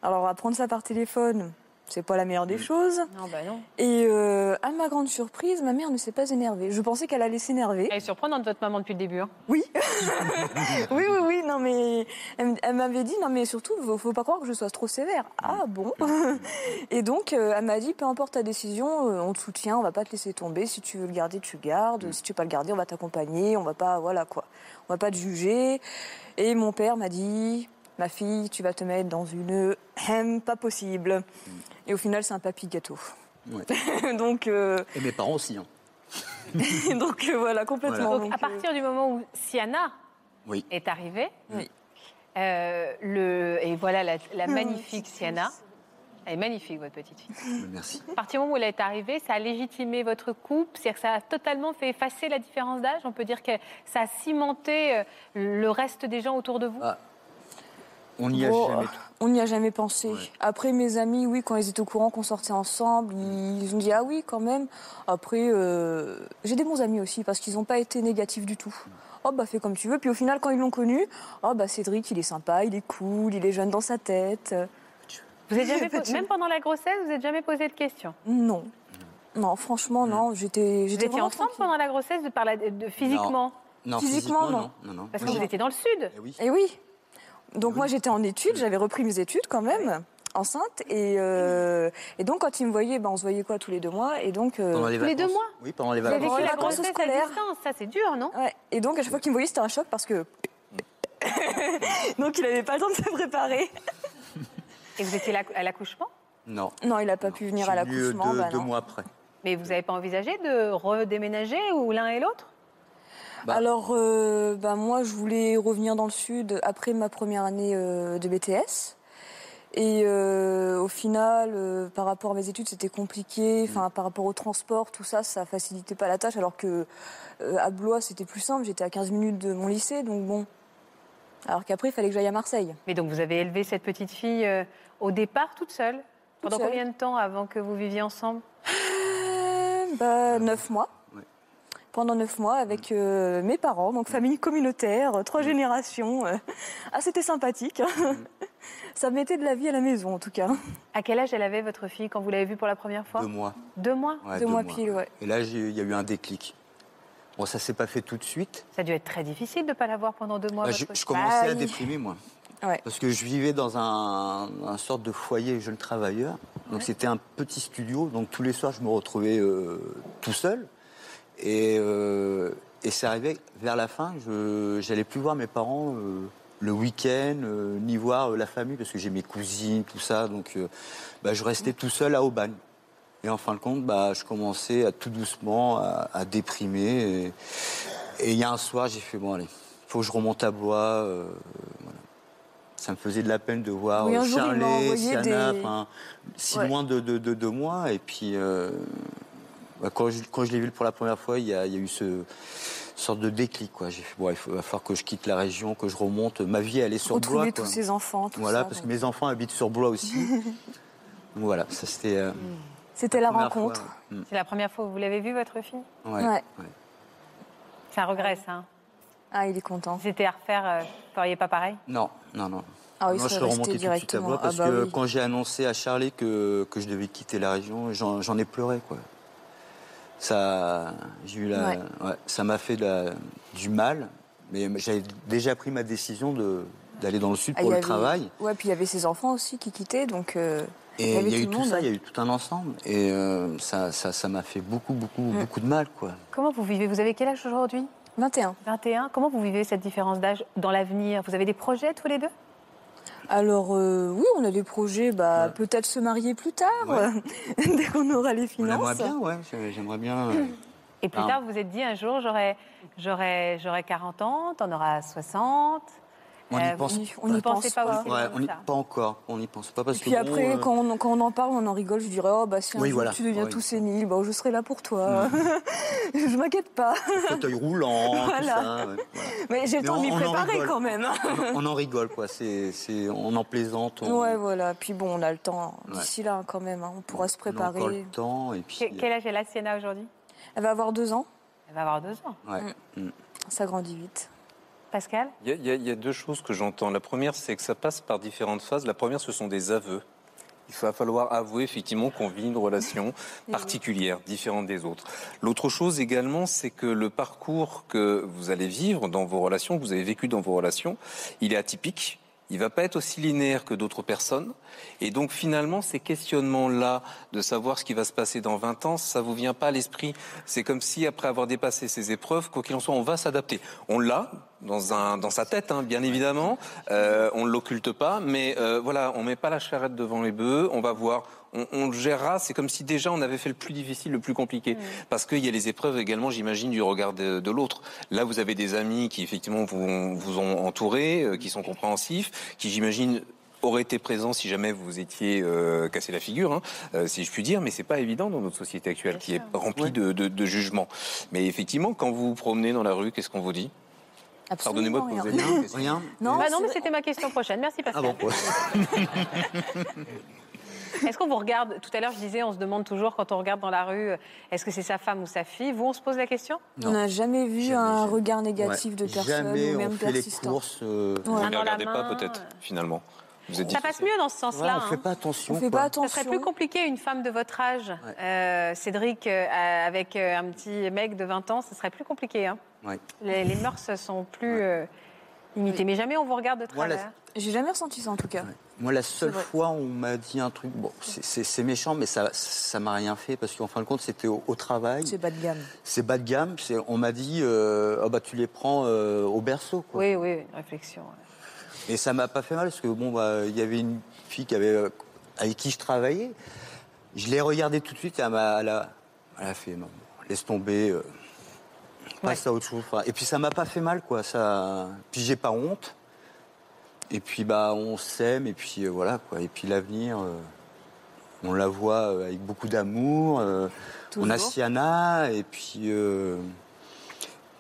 Alors, apprendre ça par téléphone, c'est pas la meilleure Mm. des choses. Non, bah non. Et euh, à ma grande surprise, ma mère ne s'est pas énervée. Je pensais qu'elle allait s'énerver. Elle est surprenante, votre maman, depuis le début. hein. Oui. oui, oui, oui. Non, mais elle, m- elle m'avait dit, non, mais surtout, faut, faut pas croire que je sois trop sévère. Ah bon Et donc, euh, elle m'a dit, peu importe ta décision, euh, on te soutient, on va pas te laisser tomber. Si tu veux le garder, tu gardes. Si tu veux pas le garder, on va t'accompagner. On va pas, voilà quoi. On va pas te juger. Et mon père m'a dit, ma fille, tu vas te mettre dans une hem, pas possible. Et au final, c'est un papy gâteau. Ouais. donc, euh, compte, et mes parents aussi. hein. donc euh, voilà, complètement. Donc, Donc, à euh, partir du moment où Siana Oui. est arrivée, Oui. euh, le, et voilà la, Euh, la magnifique Siana. Elle est magnifique, votre petite fille. Merci. À partir du moment où elle est arrivée, ça a légitimé votre couple, c'est-à-dire que ça a totalement fait effacer la différence d'âge. On peut dire que ça a cimenté euh, le reste des gens autour de vous. Ah. On n'y a Oh. jamais. On n'y a jamais pensé. Ouais. Après, mes amis, oui, quand ils étaient au courant qu'on sortait ensemble, ils ont dit ah oui, quand même. Après, euh, j'ai des bons amis aussi parce qu'ils n'ont pas été négatifs du tout. Oh bah fais comme tu veux. Puis au final, quand ils l'ont connu, oh bah Cédric, il est sympa, il est cool, il est jeune dans sa tête. Euh, Vous êtes jamais Pas po- de- même pendant la grossesse, vous n'êtes jamais posé de questions. Non, non, franchement, Mm. non. J'étais, Vous j'étais étiez vraiment ensemble tranquille. pendant la grossesse, de par la- de- de- physiquement, Non, Physiquement, non. non, non. parce que Oui. vous étiez dans le sud. Eh oui. Eh Eh oui. Donc Oui. moi j'étais en études, j'avais repris mes études quand même, enceinte. Et, euh, et donc quand ils me voyaient, ben, on se voyait quoi tous les deux mois. Et donc euh, Pendant les tous les vacances. deux mois. Oui, pendant les Vous avez vacances. Oh, vécu les la vacances grossesse à scolaires. distance, ça c'est dur, non Ouais, et donc à chaque fois qu'il me voyait, c'était un choc parce que. donc il n'avait pas le temps de se préparer. Et vous étiez là- à l'accouchement Non. Non, il n'a pas Non. pu venir Je à suis venu, euh, l'accouchement. Deux, bah deux non. mois après. Mais vous n'avez pas envisagé de redéménager ou l'un et l'autre Bah. Alors, euh, bah, moi, je voulais revenir dans le sud après ma première année euh, de BTS. Et euh, au final, euh, par rapport à mes études, c'était compliqué. Enfin, Mm. par rapport au transport, tout ça, ça facilitait pas la tâche. Alors que euh, à Blois, c'était plus simple. J'étais à 15 minutes de mon lycée, donc bon. Alors qu'après, il fallait que j'aille à Marseille. Mais donc vous avez élevé cette petite fille euh, au départ toute seule Pendant seule. combien de temps avant que vous viviez ensemble Euh, bah, neuf mois. Ouais. Pendant neuf mois avec euh, mes parents, donc famille communautaire, euh, Mm. trois générations. euh. Ah, c'était sympathique. hein. Ça mettait de la vie à la maison, en tout cas. À quel âge elle avait votre fille quand vous l'avez vue pour la première fois Deux mois. Deux mois Ouais, Deux mois pile, ouais. Et là, j'ai- il y a eu un déclic. Bon, ça s'est pas fait tout de suite. Ça a dû être très difficile de ne pas la voir pendant deux mois. Bah, votre je, fille. je commençais Bah, à il- déprimer, moi. Ouais. Parce que je vivais dans un, un sorte de foyer jeune travailleur. Donc c'était un petit studio. Donc tous les soirs, je me retrouvais euh, tout seul. Et, euh, et c'est arrivé vers la fin, je j'allais plus voir mes parents euh, le week-end, euh, ni voir euh, la famille, parce que j'ai mes cousines, tout ça. Donc euh, bah, je restais tout seul à Aubagne. Et en fin de compte, bah, je commençais à tout doucement à, à déprimer. Et- Et il y a un soir, j'ai fait bon allez, faut que je remonte à Blois. euh, voilà. Ça me faisait de la peine de voir Oui, un euh, jour, il m'a Charlie, envoyé Siana, des- enfin, si Ouais. loin de, de, de- de moi. Et puis euh, bah, quand je, quand je l'ai vu pour la première fois, il y a, il y a eu ce sorte de déclic quoi. J'ai fait bon, il faut- va falloir que je quitte la région, que je remonte. Ma vie, elle est sur Retrouver Blois. tous quoi. ses enfants, tout Voilà, ça, parce que donc. Mm. mes enfants habitent sur Blois aussi. Donc voilà, ça c'était. euh, C'était la, première fois, rencontre. ouais. C'est la première fois que vous l'avez vu, votre fille Mm. Ouais, Ouais. ouais. C'est un regret, ça. hein. Ah, il est content. Si c'était à refaire, euh, vous feriez pas pareil Non, non, non. Ah, il Moi, je serait serais resté remonté tout de suite à directement. moi parce ah, bah que oui. quand j'ai annoncé à Charlie que, que je devais quitter la région, j'en j'en ai pleuré, quoi. Ça, j'ai eu la- Ouais. ouais, ça m'a fait de la- du mal, mais j'avais déjà pris ma décision de- d'aller dans le sud Ah, il pour y le avait- travail. Ouais, puis il y avait ses enfants aussi qui quittaient, donc. euh, il y Et avait il y a eu le tout monde. ça, il y a eu tout un ensemble. Et euh, ça, ça, ça m'a fait beaucoup, beaucoup, Mm. beaucoup de mal, quoi. Comment vous vivez Vous avez quel âge aujourd'hui 21. 21. Comment vous vivez cette différence d'âge dans l'avenir Vous avez des projets tous les deux Alors euh, oui, on a des projets, bah, peut-être se marier plus tard, dès qu'on aura les On aimerait finances. bien, ouais. j'ai- J'aimerais bien. euh, Et plus Ah. tard, vous vous êtes dit un jour, j'aurai, j'aurai, j'aurai 40 ans, t'en auras 60. on Euh, y pense. on n'y y pensait pense pas aussi. Ouais, comme on y, ça. pas encore. On n'y pense pas parce Et puis que bon, après, euh, quand, on, quand on en parle, on en rigole. Je dirais, oh bah si un Oui, jour voilà. tu deviens Oui. Mm. tout sénile, bah, je serai là pour toi. je m'inquiète pas. fauteuil roulant, tout Voilà. ça. ouais, voilà. Mais j'ai le Mais temps de on- m'y on en préparer rigole. quand même. hein. on, on en rigole, quoi. C'est, c'est- on en plaisante. On, Ouais, voilà. Puis bon, on a le temps Ouais. d'ici là hein, quand même. hein. On pourra se on a encore le préparer. temps. Et puis, Que- quel âge est la Sienna aujourd'hui Elle va avoir deux ans. Elle va avoir deux ans. ouais. Mm. Ça grandit vite. Pascal Il y, a- il y a- il y a deux choses que j'entends. La première, c'est que ça passe par différentes phases. La première, ce sont des aveux. Il va falloir avouer effectivement qu'on vit une relation particulière, différente des autres. L'autre chose également, c'est que le parcours que vous allez vivre dans vos relations, que vous avez vécu dans vos relations, il est atypique. Il va pas être aussi linéaire que d'autres personnes. Et donc finalement, ces questionnements-là de savoir ce qui va se passer dans 20 ans, ça vous vient pas à l'esprit. C'est comme si après avoir dépassé ces épreuves, quoi qu'il en soit, on va s'adapter. On l'a dans, un, dans sa tête, hein, bien évidemment. Euh, on ne l'occulte pas, mais euh, voilà, on met pas la charrette devant les bœufs. On va voir. On, on le gérera, c'est comme si déjà on avait fait le plus difficile, le plus compliqué. Parce qu'il y a les épreuves également, j'imagine, du regard de, de l'autre. Là, vous avez des amis qui, effectivement, vous, vous ont entouré, euh, qui sont compréhensifs, qui, j'imagine, aurait été présent si jamais vous étiez euh, cassé la figure, hein, euh, si je puis dire, mais c'est pas évident dans notre société actuelle qui est remplie de, de- de jugements. Mais effectivement, quand vous vous promenez dans la rue, qu'est-ce qu'on vous dit Pardonnez-moi de Absolument poser rien. la Rien, question. rien. Non, Bah c'est Non, mais vrai. c'était ma question prochaine. Merci Ah Pascal. bon, ouais. Est-ce qu'on vous regarde Tout à l'heure, je disais, on se demande toujours quand on regarde dans la rue, euh, est-ce que c'est sa femme ou sa fille Vous, on se pose la question On n'a jamais vu Jamais, un jamais. regard négatif de Ouais. personne Jamais ou même on fait les persistant. courses. euh, Ouais. Vous Main ne les dans la regardez pas main. euh. peut-être, finalement. Vous êtes Ça passe mieux dans ce voilà, sens-là. on fait hein. pas attention. On fait quoi. pas Ça attention. serait plus compliqué une femme de votre âge, euh, Cédric, euh, avec euh, un petit mec de 20 ans, ce serait plus compliqué. hein. Ouais. Les, les mœurs sont plus euh, limitées. Mais jamais on vous regarde de Moi, la- travers. J'ai jamais ressenti ça en tout cas. Ouais. Moi, la seule C'est vrai. fois où on m'a dit un truc, bon, c'est- c'est c'est méchant, mais ça ça m'a rien fait parce qu'en fin de compte, c'était au, au travail. C'est bas de gamme. C'est bas de gamme. c'est- On m'a dit, euh, Ah bah, tu les prends euh, au berceau. Quoi. Oui, oui, une réflexion. ouais. Et ça m'a pas fait mal parce que bon, bah, il y avait une fille qui avait, euh, avec qui je travaillais. Je l'ai regardée tout de suite et elle m'a, elle a, elle a fait, non, laisse tomber, euh, passe à autre chose. Enfin, Et puis ça m'a pas fait mal, quoi. Ça, puis j'ai pas honte. Et puis bah, on s'aime et puis euh, voilà, quoi. Et puis l'avenir, euh, on la voit euh, avec beaucoup d'amour. euh, on a Toujours. Siana et puis. euh,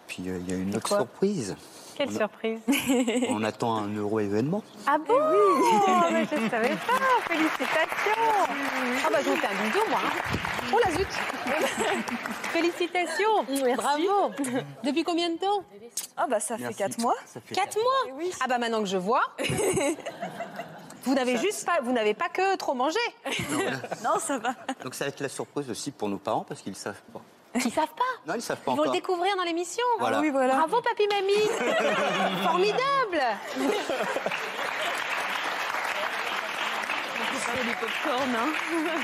puis euh, il y a une autre quoi surprise. Quelle surprise. On attend un euro événement. Ah bon Eh Oui, mais je savais pas. Félicitations. Ah bah je vous fais un bisou moi. hein. Oh la zut. Félicitations. Bravo. Depuis combien de temps Ah bah ça Merci. fait 4 mois. Eh Ça fait Quatre mois. Ah bah maintenant que je vois. Vous n'avez juste pas, vous n'avez pas que trop mangé. Non, ça va. Donc ça va être la surprise aussi pour nos parents parce qu'ils ne savent pas. Ils savent pas. Non, ils ne savent pas Ils vont le encore. découvrir dans l'émission. Voilà. Oui, voilà. Bravo papy mamie. Formidable. hein.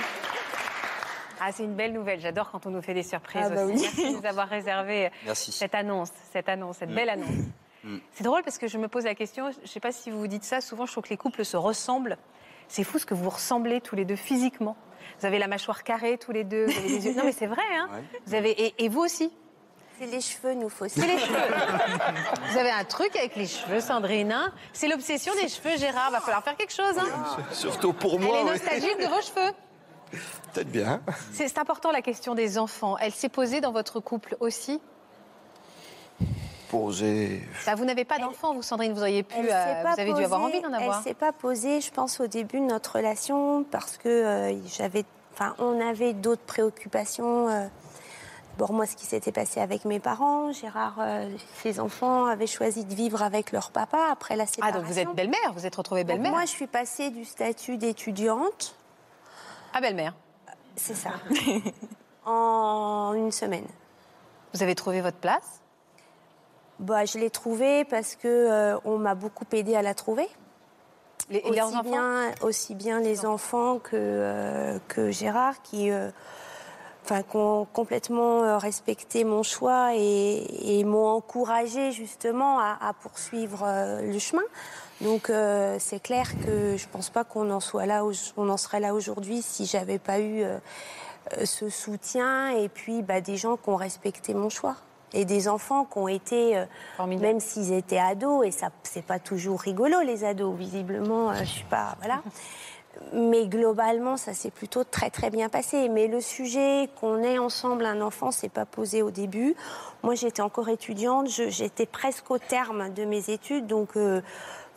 Ah c'est une belle nouvelle. J'adore quand on nous fait des surprises. Ah bah aussi. oui. Merci de nous avoir réservé euh, Merci. Mm. Cette annonce, cette annonce, cette belle annonce. C'est drôle parce que je me pose la question, je ne sais pas si vous vous dites ça, souvent je trouve que les couples se ressemblent. C'est fou ce que vous ressemblez tous les deux physiquement. Vous avez la mâchoire carrée tous les deux, vous avez les yeux. Non mais c'est vrai, hein Ouais. vous avez, et, et vous aussi C'est les cheveux, nous, faut aussi. C'est les cheveux. vous avez un truc avec les cheveux, Sandrine. hein c'est l'obsession des cheveux, Gérard. Va falloir faire quelque chose. Oh, Hein Surtout pour Elle moi, est oui. nostalgique de vos cheveux. peut-être bien. C'est c'est important la question des enfants. Elle s'est posée dans votre couple aussi. Poser. Bah, vous n'avez pas d'enfants, vous, Sandrine. Vous auriez pu, Elle s'est euh, pas vous avez dû avoir posée- envie d'en avoir. Elle s'est pas posée, je pense, au début de notre relation parce que euh, j'avais Enfin, on avait d'autres préoccupations. euh, Bon, moi, ce qui s'était passé avec mes parents, Gérard, euh, ses enfants avaient choisi de vivre avec leur papa après la Ah, séparation. donc vous êtes belle-mère, vous êtes retrouvée Donc belle-mère. Moi, je suis passée du statut d'étudiante, Ah, belle-mère. c'est ça, en une semaine. Vous avez trouvé votre place Bah, je l'ai trouvée parce que euh, on m'a beaucoup aidée à la trouver. Les- et aussi leurs enfants bien, aussi bien les enfants que, euh, que Gérard, qui, euh, enfin, qui ont complètement euh, respecté mon choix et, et m'ont encouragé justement à, à poursuivre euh, le chemin. Donc euh, c'est clair que je pense pas qu'on en soit là, au- on en serait là aujourd'hui si j'avais pas eu euh, euh, ce soutien et puis bah, des gens qui ont respecté mon choix et des enfants qui ont été euh, Formidable. même s'ils étaient ados, et ça, c'est pas toujours rigolo les ados, visiblement, euh, je suis pas, voilà. Mais globalement, ça s'est plutôt très très bien passé. Mais le sujet qu'on ait ensemble un enfant, c'est pas posé au début. Moi, j'étais encore étudiante, je- j'étais presque au terme de mes études, donc. euh,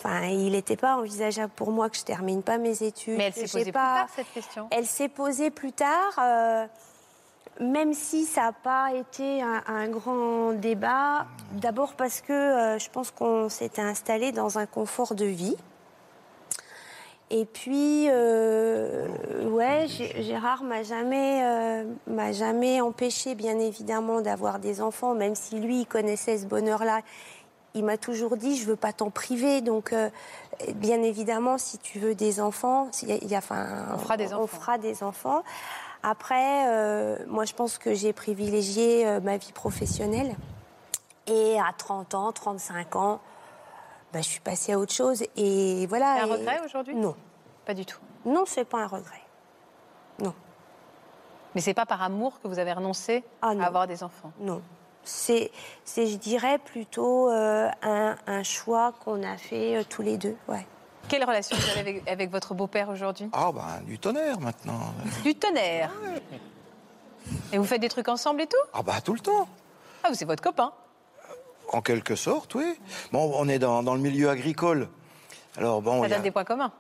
Enfin, il n'était pas envisageable pour moi que je termine pas mes études. Mais elle que s'est j'ai posée plus pas- Ah, tard, cette question. elle s'est posée plus tard, euh, même si ça n'a pas été un, un grand débat. D'abord parce que euh, je pense qu'on s'était installé dans un confort de vie. Et puis, euh, ouais, Gé- Gérard m'a jamais, euh, m'a jamais empêché, bien évidemment, d'avoir des enfants, même si lui, il connaissait ce bonheur-là. Il m'a toujours dit, je veux pas t'en priver. Donc, euh, bien évidemment, si tu veux des enfants, s'il y a- il y a, enfin, On fera des enfants. fera des enfants. Après, euh, moi, je pense que j'ai privilégié euh, ma vie professionnelle. Et à 30 ans, 35 ans, ben, je suis passée à autre chose. Et voilà. C'est un Et- regret aujourd'hui Non. Pas du tout. Non, c'est pas un regret. Mais c'est pas par amour que vous avez renoncé Ah, non. à avoir des enfants. Non. C'est, c'est, je dirais, plutôt euh, un, un choix qu'on a fait euh, tous les deux. Ouais. Quelle relation vous avez avec, avec votre beau-père aujourd'hui Ah bah, ben, du tonnerre maintenant. Du tonnerre. Et vous faites des trucs ensemble et tout Ah ben, tout le temps. Ah, vous, c'est votre copain. En quelque sorte, oui. Bon, on est dans, dans le milieu agricole. Alors, bon, il Ça y a- euh, donne des points communs.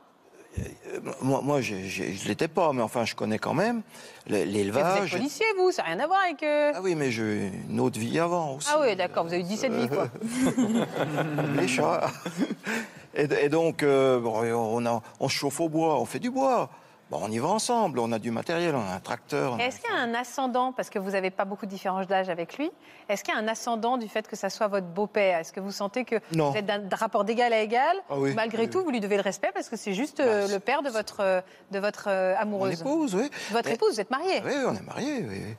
moi, moi, j'ai- j'ai- je ne l'étais pas, mais enfin, je connais quand même le- Mais vous êtes l'élevage. policier, vous, ça n'a rien à voir avec... euh, Ah oui, mais j'ai eu une autre vie avant aussi. Ah oui, d'accord, vous avez eu 17 vies, quoi. les chats. Et, et donc, euh, bon, et on, a- on se chauffe au bois, on fait du bois. Bon, on y va ensemble, on a du matériel, on a un tracteur. on a- Est-ce qu'il y a un ascendant, parce que vous n'avez pas beaucoup de différence d'âge avec lui, est-ce qu'il y a un ascendant du fait que ça soit votre beau-père Est-ce que vous sentez que Non. vous êtes d'un d'un rapport d'égal à égal Ah oui. Malgré Oui, tout, oui. vous lui devez le respect parce que c'est juste euh, Bah, c'est- le père de votre, euh, de votre euh, Mon amoureuse. épouse, oui. Votre Mais- épouse, vous êtes mariée. Oui, on est mariés. oui, oui.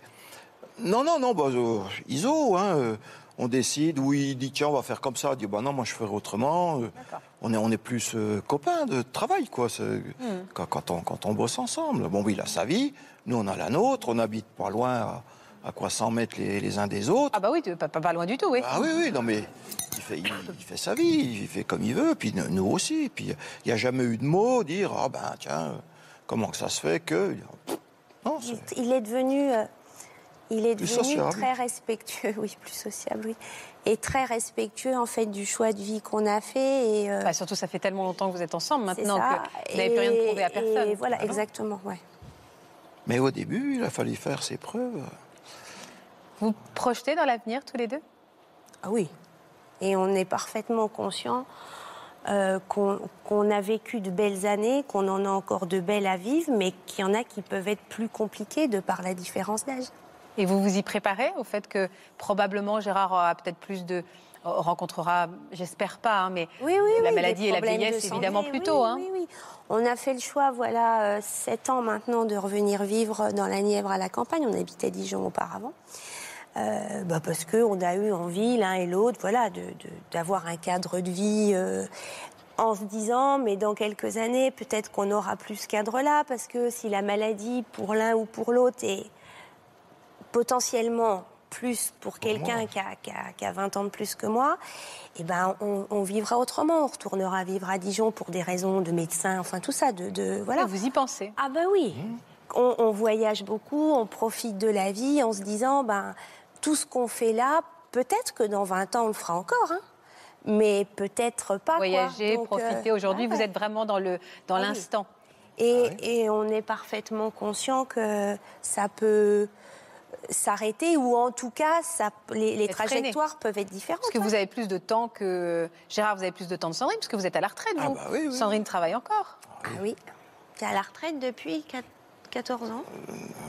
Non, non, non, bah, euh, ISO, hein, euh, on décide, oui, il dit tiens, on va faire comme ça, il dit bah non, moi je ferai autrement. Euh, on, est, on est plus euh, copains de travail, quoi, c'est- Hmm. quand, quand on, quand on bosse ensemble. Bon, oui, il a sa vie, nous on a la nôtre, on habite pas loin, à, à quoi 100 mètres les, les uns des autres. Ah bah oui, tu- pas, pas- pas loin du tout, oui. Ah oui, oui, non, mais il fait, il, il fait sa vie, il fait comme il veut, puis nous aussi. Puis il n'y a jamais eu de mots, dire, ah ben tiens, comment que ça se fait que. Non, c'est- Il, il est devenu, euh, il est Plus devenu sociable. très respectueux, oui, plus sociable, oui, et très respectueux en fait du choix de vie qu'on a fait. Et, euh, Bah, surtout, ça fait tellement longtemps que vous êtes ensemble c'est maintenant ça. que vous n'avez plus rien de Et- prouvé à personne. Et voilà, Ah non exactement, ouais. Mais au début, il a fallu faire ses preuves. Vous projetez dans l'avenir tous les deux Ah oui. Et on est parfaitement conscient euh, qu'on qu'on a vécu de belles années, qu'on en a encore de belles à vivre, mais qu'il y en a qui peuvent être plus compliquées de par la différence d'âge. Et vous vous y préparez au fait que probablement Gérard aura peut-être plus de euh, rencontrera, j'espère pas, hein, mais Oui, Eh oui, la oui, maladie des et la problèmes vieillesse de santé, évidemment plus oui, tôt. oui, hein. oui, oui. On a fait le choix, voilà, euh, sept ans maintenant, de revenir vivre dans la Nièvre à la campagne. On habitait Dijon auparavant. Euh, bah parce qu'on a eu envie, l'un et l'autre, voilà, de- de- d'avoir un cadre de vie euh, en se disant, mais dans quelques années, peut-être qu'on aura plus ce cadre-là, parce que si la maladie, pour l'un ou pour l'autre, est potentiellement plus pour quelqu'un qui a, qui a- qui a 20 ans de plus que moi, eh ben on, on vivra autrement. On retournera vivre à Dijon pour des raisons de médecin, enfin tout ça, de, de- voilà. Ah, Vous y pensez. Ah ben oui. On, on voyage beaucoup, on profite de la vie en se disant, ben, tout ce qu'on fait là, peut-être que dans 20 ans, on le fera encore. hein. Mais peut-être pas. quoi. Voyager, Donc, euh, profiter. Aujourd'hui, ouais, vous ouais. êtes vraiment dans le dans Ah oui. l'instant. Et, et on est parfaitement conscient que ça peut s'arrêter ou en tout cas ça, les, les Être freiné. trajectoires peuvent être différentes. Parce que ouais. vous avez plus de temps que. Gérard, vous avez plus de temps de Sandrine, parce que vous êtes à la retraite, Ah vous. bah oui, oui. Sandrine travaille encore. Ah oui, tu es à la retraite depuis quat- 14 ans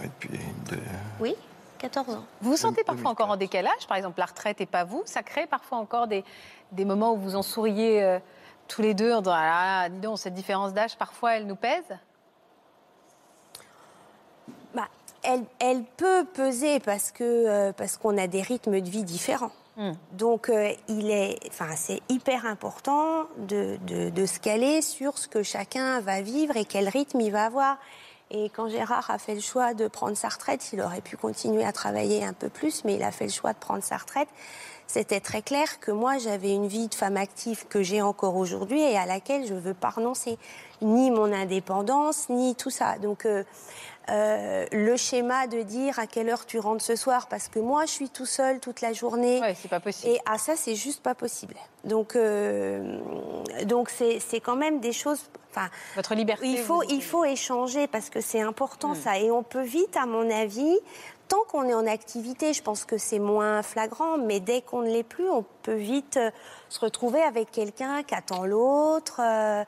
Ouais, depuis de- Oui, 14 ans. Vous vous sentez parfois encore en décalage, par exemple la retraite et pas vous. Ça crée parfois encore des, des moments où vous en souriez euh, tous les deux en disant Ah, dis donc, cette différence d'âge, parfois, elle nous pèse. Bah, elle, elle peut peser parce que euh, parce qu'on a des rythmes de vie différents. Mm. Donc euh, il est, enfin c'est hyper important de, de, de se caler sur ce que chacun va vivre et quel rythme il va avoir. Et quand Gérard a fait le choix de prendre sa retraite, il aurait pu continuer à travailler un peu plus, mais il a fait le choix de prendre sa retraite. C'était très clair que moi, j'avais une vie de femme active que j'ai encore aujourd'hui et à laquelle je ne veux pas renoncer. Ni mon indépendance, ni tout ça. Donc, euh, euh, le schéma de dire à quelle heure tu rentres ce soir, parce que moi, je suis tout seul toute la journée. Ouais, c'est pas possible. Et ah ça, c'est juste pas possible. Donc, euh, donc c'est c'est quand même des choses. Enfin, Votre liberté. il faut, vous- Mm. il faut échanger parce que c'est important ça. Et on peut vite, à mon avis, tant qu'on est en activité, je pense que c'est moins flagrant, mais dès qu'on ne l'est plus, on peut vite euh, se retrouver avec quelqu'un qui attend l'autre. euh,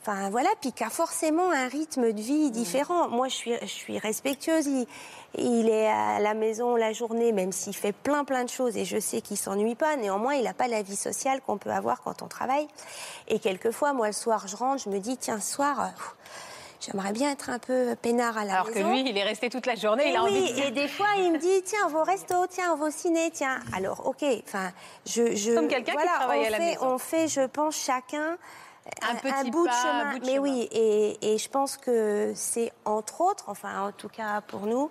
Enfin voilà, puis qui a forcément un rythme de Mm. vie différent. Moi, je suis, je suis respectueuse. Il, il est à la maison la journée, même s'il fait plein plein de choses, et je sais qu'il s'ennuie pas. Néanmoins, il n'a pas la vie sociale qu'on peut avoir quand on travaille. Et quelquefois, moi, le soir, je rentre, je me dis, tiens, ce soir, euh, pff, j'aimerais bien être un peu peinard à la Alors que maison. lui, il est resté toute la journée, il a Oui, envie de dire. et des fois, il me dit, tiens, vos restos, tiens, vos ciné, tiens. Alors, ok, enfin, je, je... Comme quelqu'un qui voilà, travaille on à la fait, maison. On fait, je pense, chacun Un petit bout de pas, un chemin. bout de Mais chemin. oui, et, et je pense que c'est entre autres, enfin, en tout cas pour nous,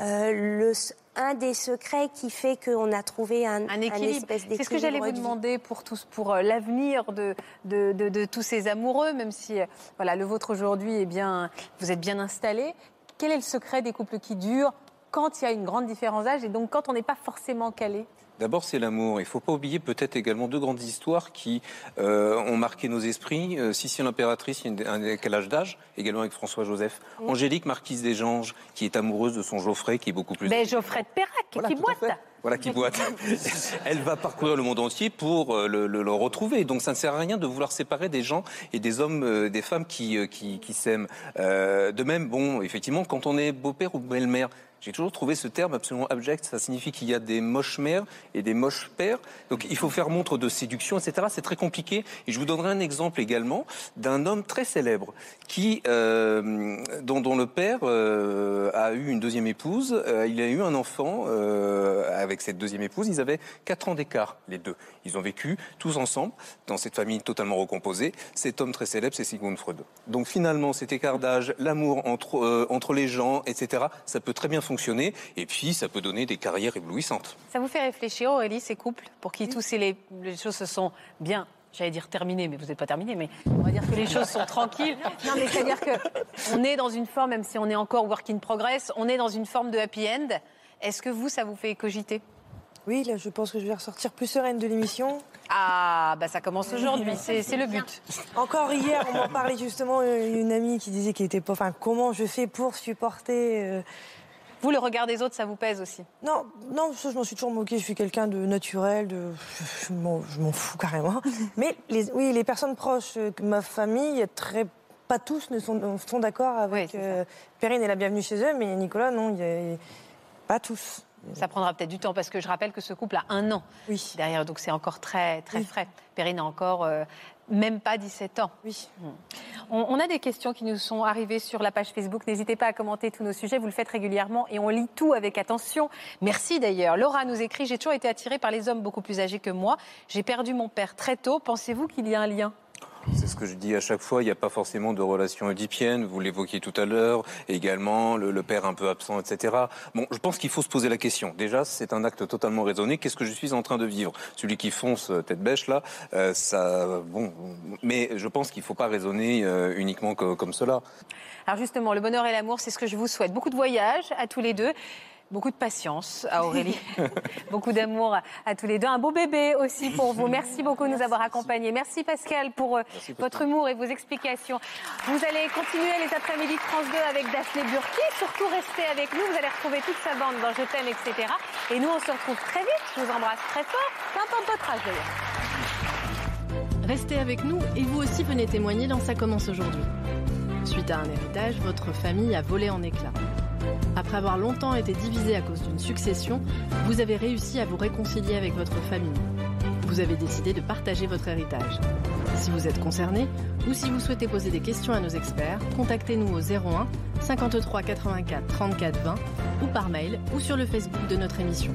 euh, le, un des secrets qui fait qu'on a trouvé un, Un équilibre. espèce d'équilibre. C'est ce que j'allais vous de vie. demander pour tous, pour euh, l'avenir de, de, de- de tous ces amoureux, même si euh, voilà le vôtre aujourd'hui est bien, vous êtes bien installé. Quel est le secret des couples qui durent quand il y a une grande différence d'âge et donc quand on n'est pas forcément calé D'abord, c'est l'amour. Il ne faut pas oublier peut-être également deux grandes histoires qui euh, ont marqué nos esprits. Euh, Sissi l'impératrice, il y a une- un décalage d'âge, également avec François-Joseph. Angélique, marquise des Ganges, qui est amoureuse de son Geoffrey, qui est beaucoup plus... Ben Geoffrey de Perrac Voilà, qui tout à boite. fait. Voilà, qui boite. Elle va parcourir le monde entier pour euh, le, le- le retrouver. Donc ça ne sert à rien de vouloir séparer des gens et des hommes, euh, des femmes qui, euh, qui, qui s'aiment. Euh, de même, bon, effectivement, quand on est beau-père ou belle-mère, j'ai toujours trouvé ce terme absolument abject. Ça signifie qu'il y a des moches mères et des moches pères. Donc il faut faire montre de séduction, etc. C'est très compliqué. Et je vous donnerai un exemple également d'un homme très célèbre qui, euh, dont, dont le père euh, a eu une deuxième épouse. Euh, il a eu un enfant euh, avec cette deuxième épouse. Ils avaient quatre ans d'écart, les deux. Ils ont vécu tous ensemble dans cette famille totalement recomposée. Cet homme très célèbre, c'est Sigmund Freud. Donc finalement, cet écart d'âge, l'amour entre, euh, entre les gens, etc., ça peut très bien fonctionner. Et puis, ça peut donner des carrières éblouissantes. Ça vous fait réfléchir, Aurélie, ces couples pour qui tous ces- les, les choses se sont bien. J'allais dire terminées, Eh, mais vous n'êtes pas terminé, mais on va dire que les choses sont tranquilles. Non, mais c'est-à-dire que on est dans une forme, même si on est encore work in progress, on est dans une forme de happy end. Est-ce que vous, ça vous fait cogiter Oui, là, je pense que je vais ressortir plus sereine de l'émission. Ah, bah ça commence aujourd'hui, c'est c'est le but. Encore hier, on m'en parlait justement une une amie qui disait qu'elle était pas. Enfin, comment je fais pour supporter euh, Vous, le regard des autres, ça vous pèse aussi. Non, non, ça, je m'en suis toujours moquée. Je suis quelqu'un de naturel, de je m'en je m'en fous carrément. Mais les, oui, les personnes proches euh, de ma famille, très pas tous ne sont, sont d'accord Oui, avec c'est ça. euh, Perrine est la bienvenue chez eux, mais Nicolas, non, il y a- pas tous. Ça prendra peut-être du temps parce que je rappelle que ce couple a un an Oui, derrière, donc c'est encore très très frais. Perrine a encore euh, même pas 17 ans. oui. On, on a des questions qui nous sont arrivées sur la page Facebook. N'hésitez pas à commenter tous nos sujets. Vous le faites régulièrement et on lit tout avec attention. Merci d'ailleurs. Laura nous écrit J'ai toujours été attirée par les hommes beaucoup plus âgés que moi. J'ai perdu mon père très tôt. Pensez-vous qu'il y a un lien C'est ce que je dis à chaque fois, il n'y a pas forcément de relation oedipienne, vous l'évoquiez tout à l'heure, également le, le père un peu absent, etc. Bon, je pense qu'il faut se poser la question. Déjà, c'est un acte totalement raisonné, qu'est-ce que je suis en train de vivre Celui qui fonce euh, tête bêche, là, euh, ça... Bon, mais je pense qu'il ne faut pas raisonner euh, uniquement co- comme cela. Alors justement, le bonheur et l'amour, c'est ce que je vous souhaite. Beaucoup de voyages à tous les deux. Beaucoup de patience à Aurélie, beaucoup d'amour à, à tous les deux. Un beau bébé aussi pour vous. Merci beaucoup de nous avoir accompagnés. Merci Pascal pour euh, votre humour et vos explications. Vous allez continuer les après-midi de France 2 avec Daphné Burki. Surtout restez avec nous. Vous allez retrouver toute sa bande dans Je t'aime, etc. Et nous, on se retrouve très vite. Je vous embrasse très fort. Qu'importe votre âge d'ailleurs. Restez avec nous et vous aussi venez témoigner dans Ça commence aujourd'hui. Suite à un héritage, votre famille a volé en éclats. Après avoir longtemps été divisée à cause d'une succession, vous avez réussi à vous réconcilier avec votre famille. Vous avez décidé de partager votre héritage. Si vous êtes concerné ou si vous souhaitez poser des questions à nos experts, contactez-nous au 01 53 84 34 20 ou par mail ou sur le Facebook de notre émission.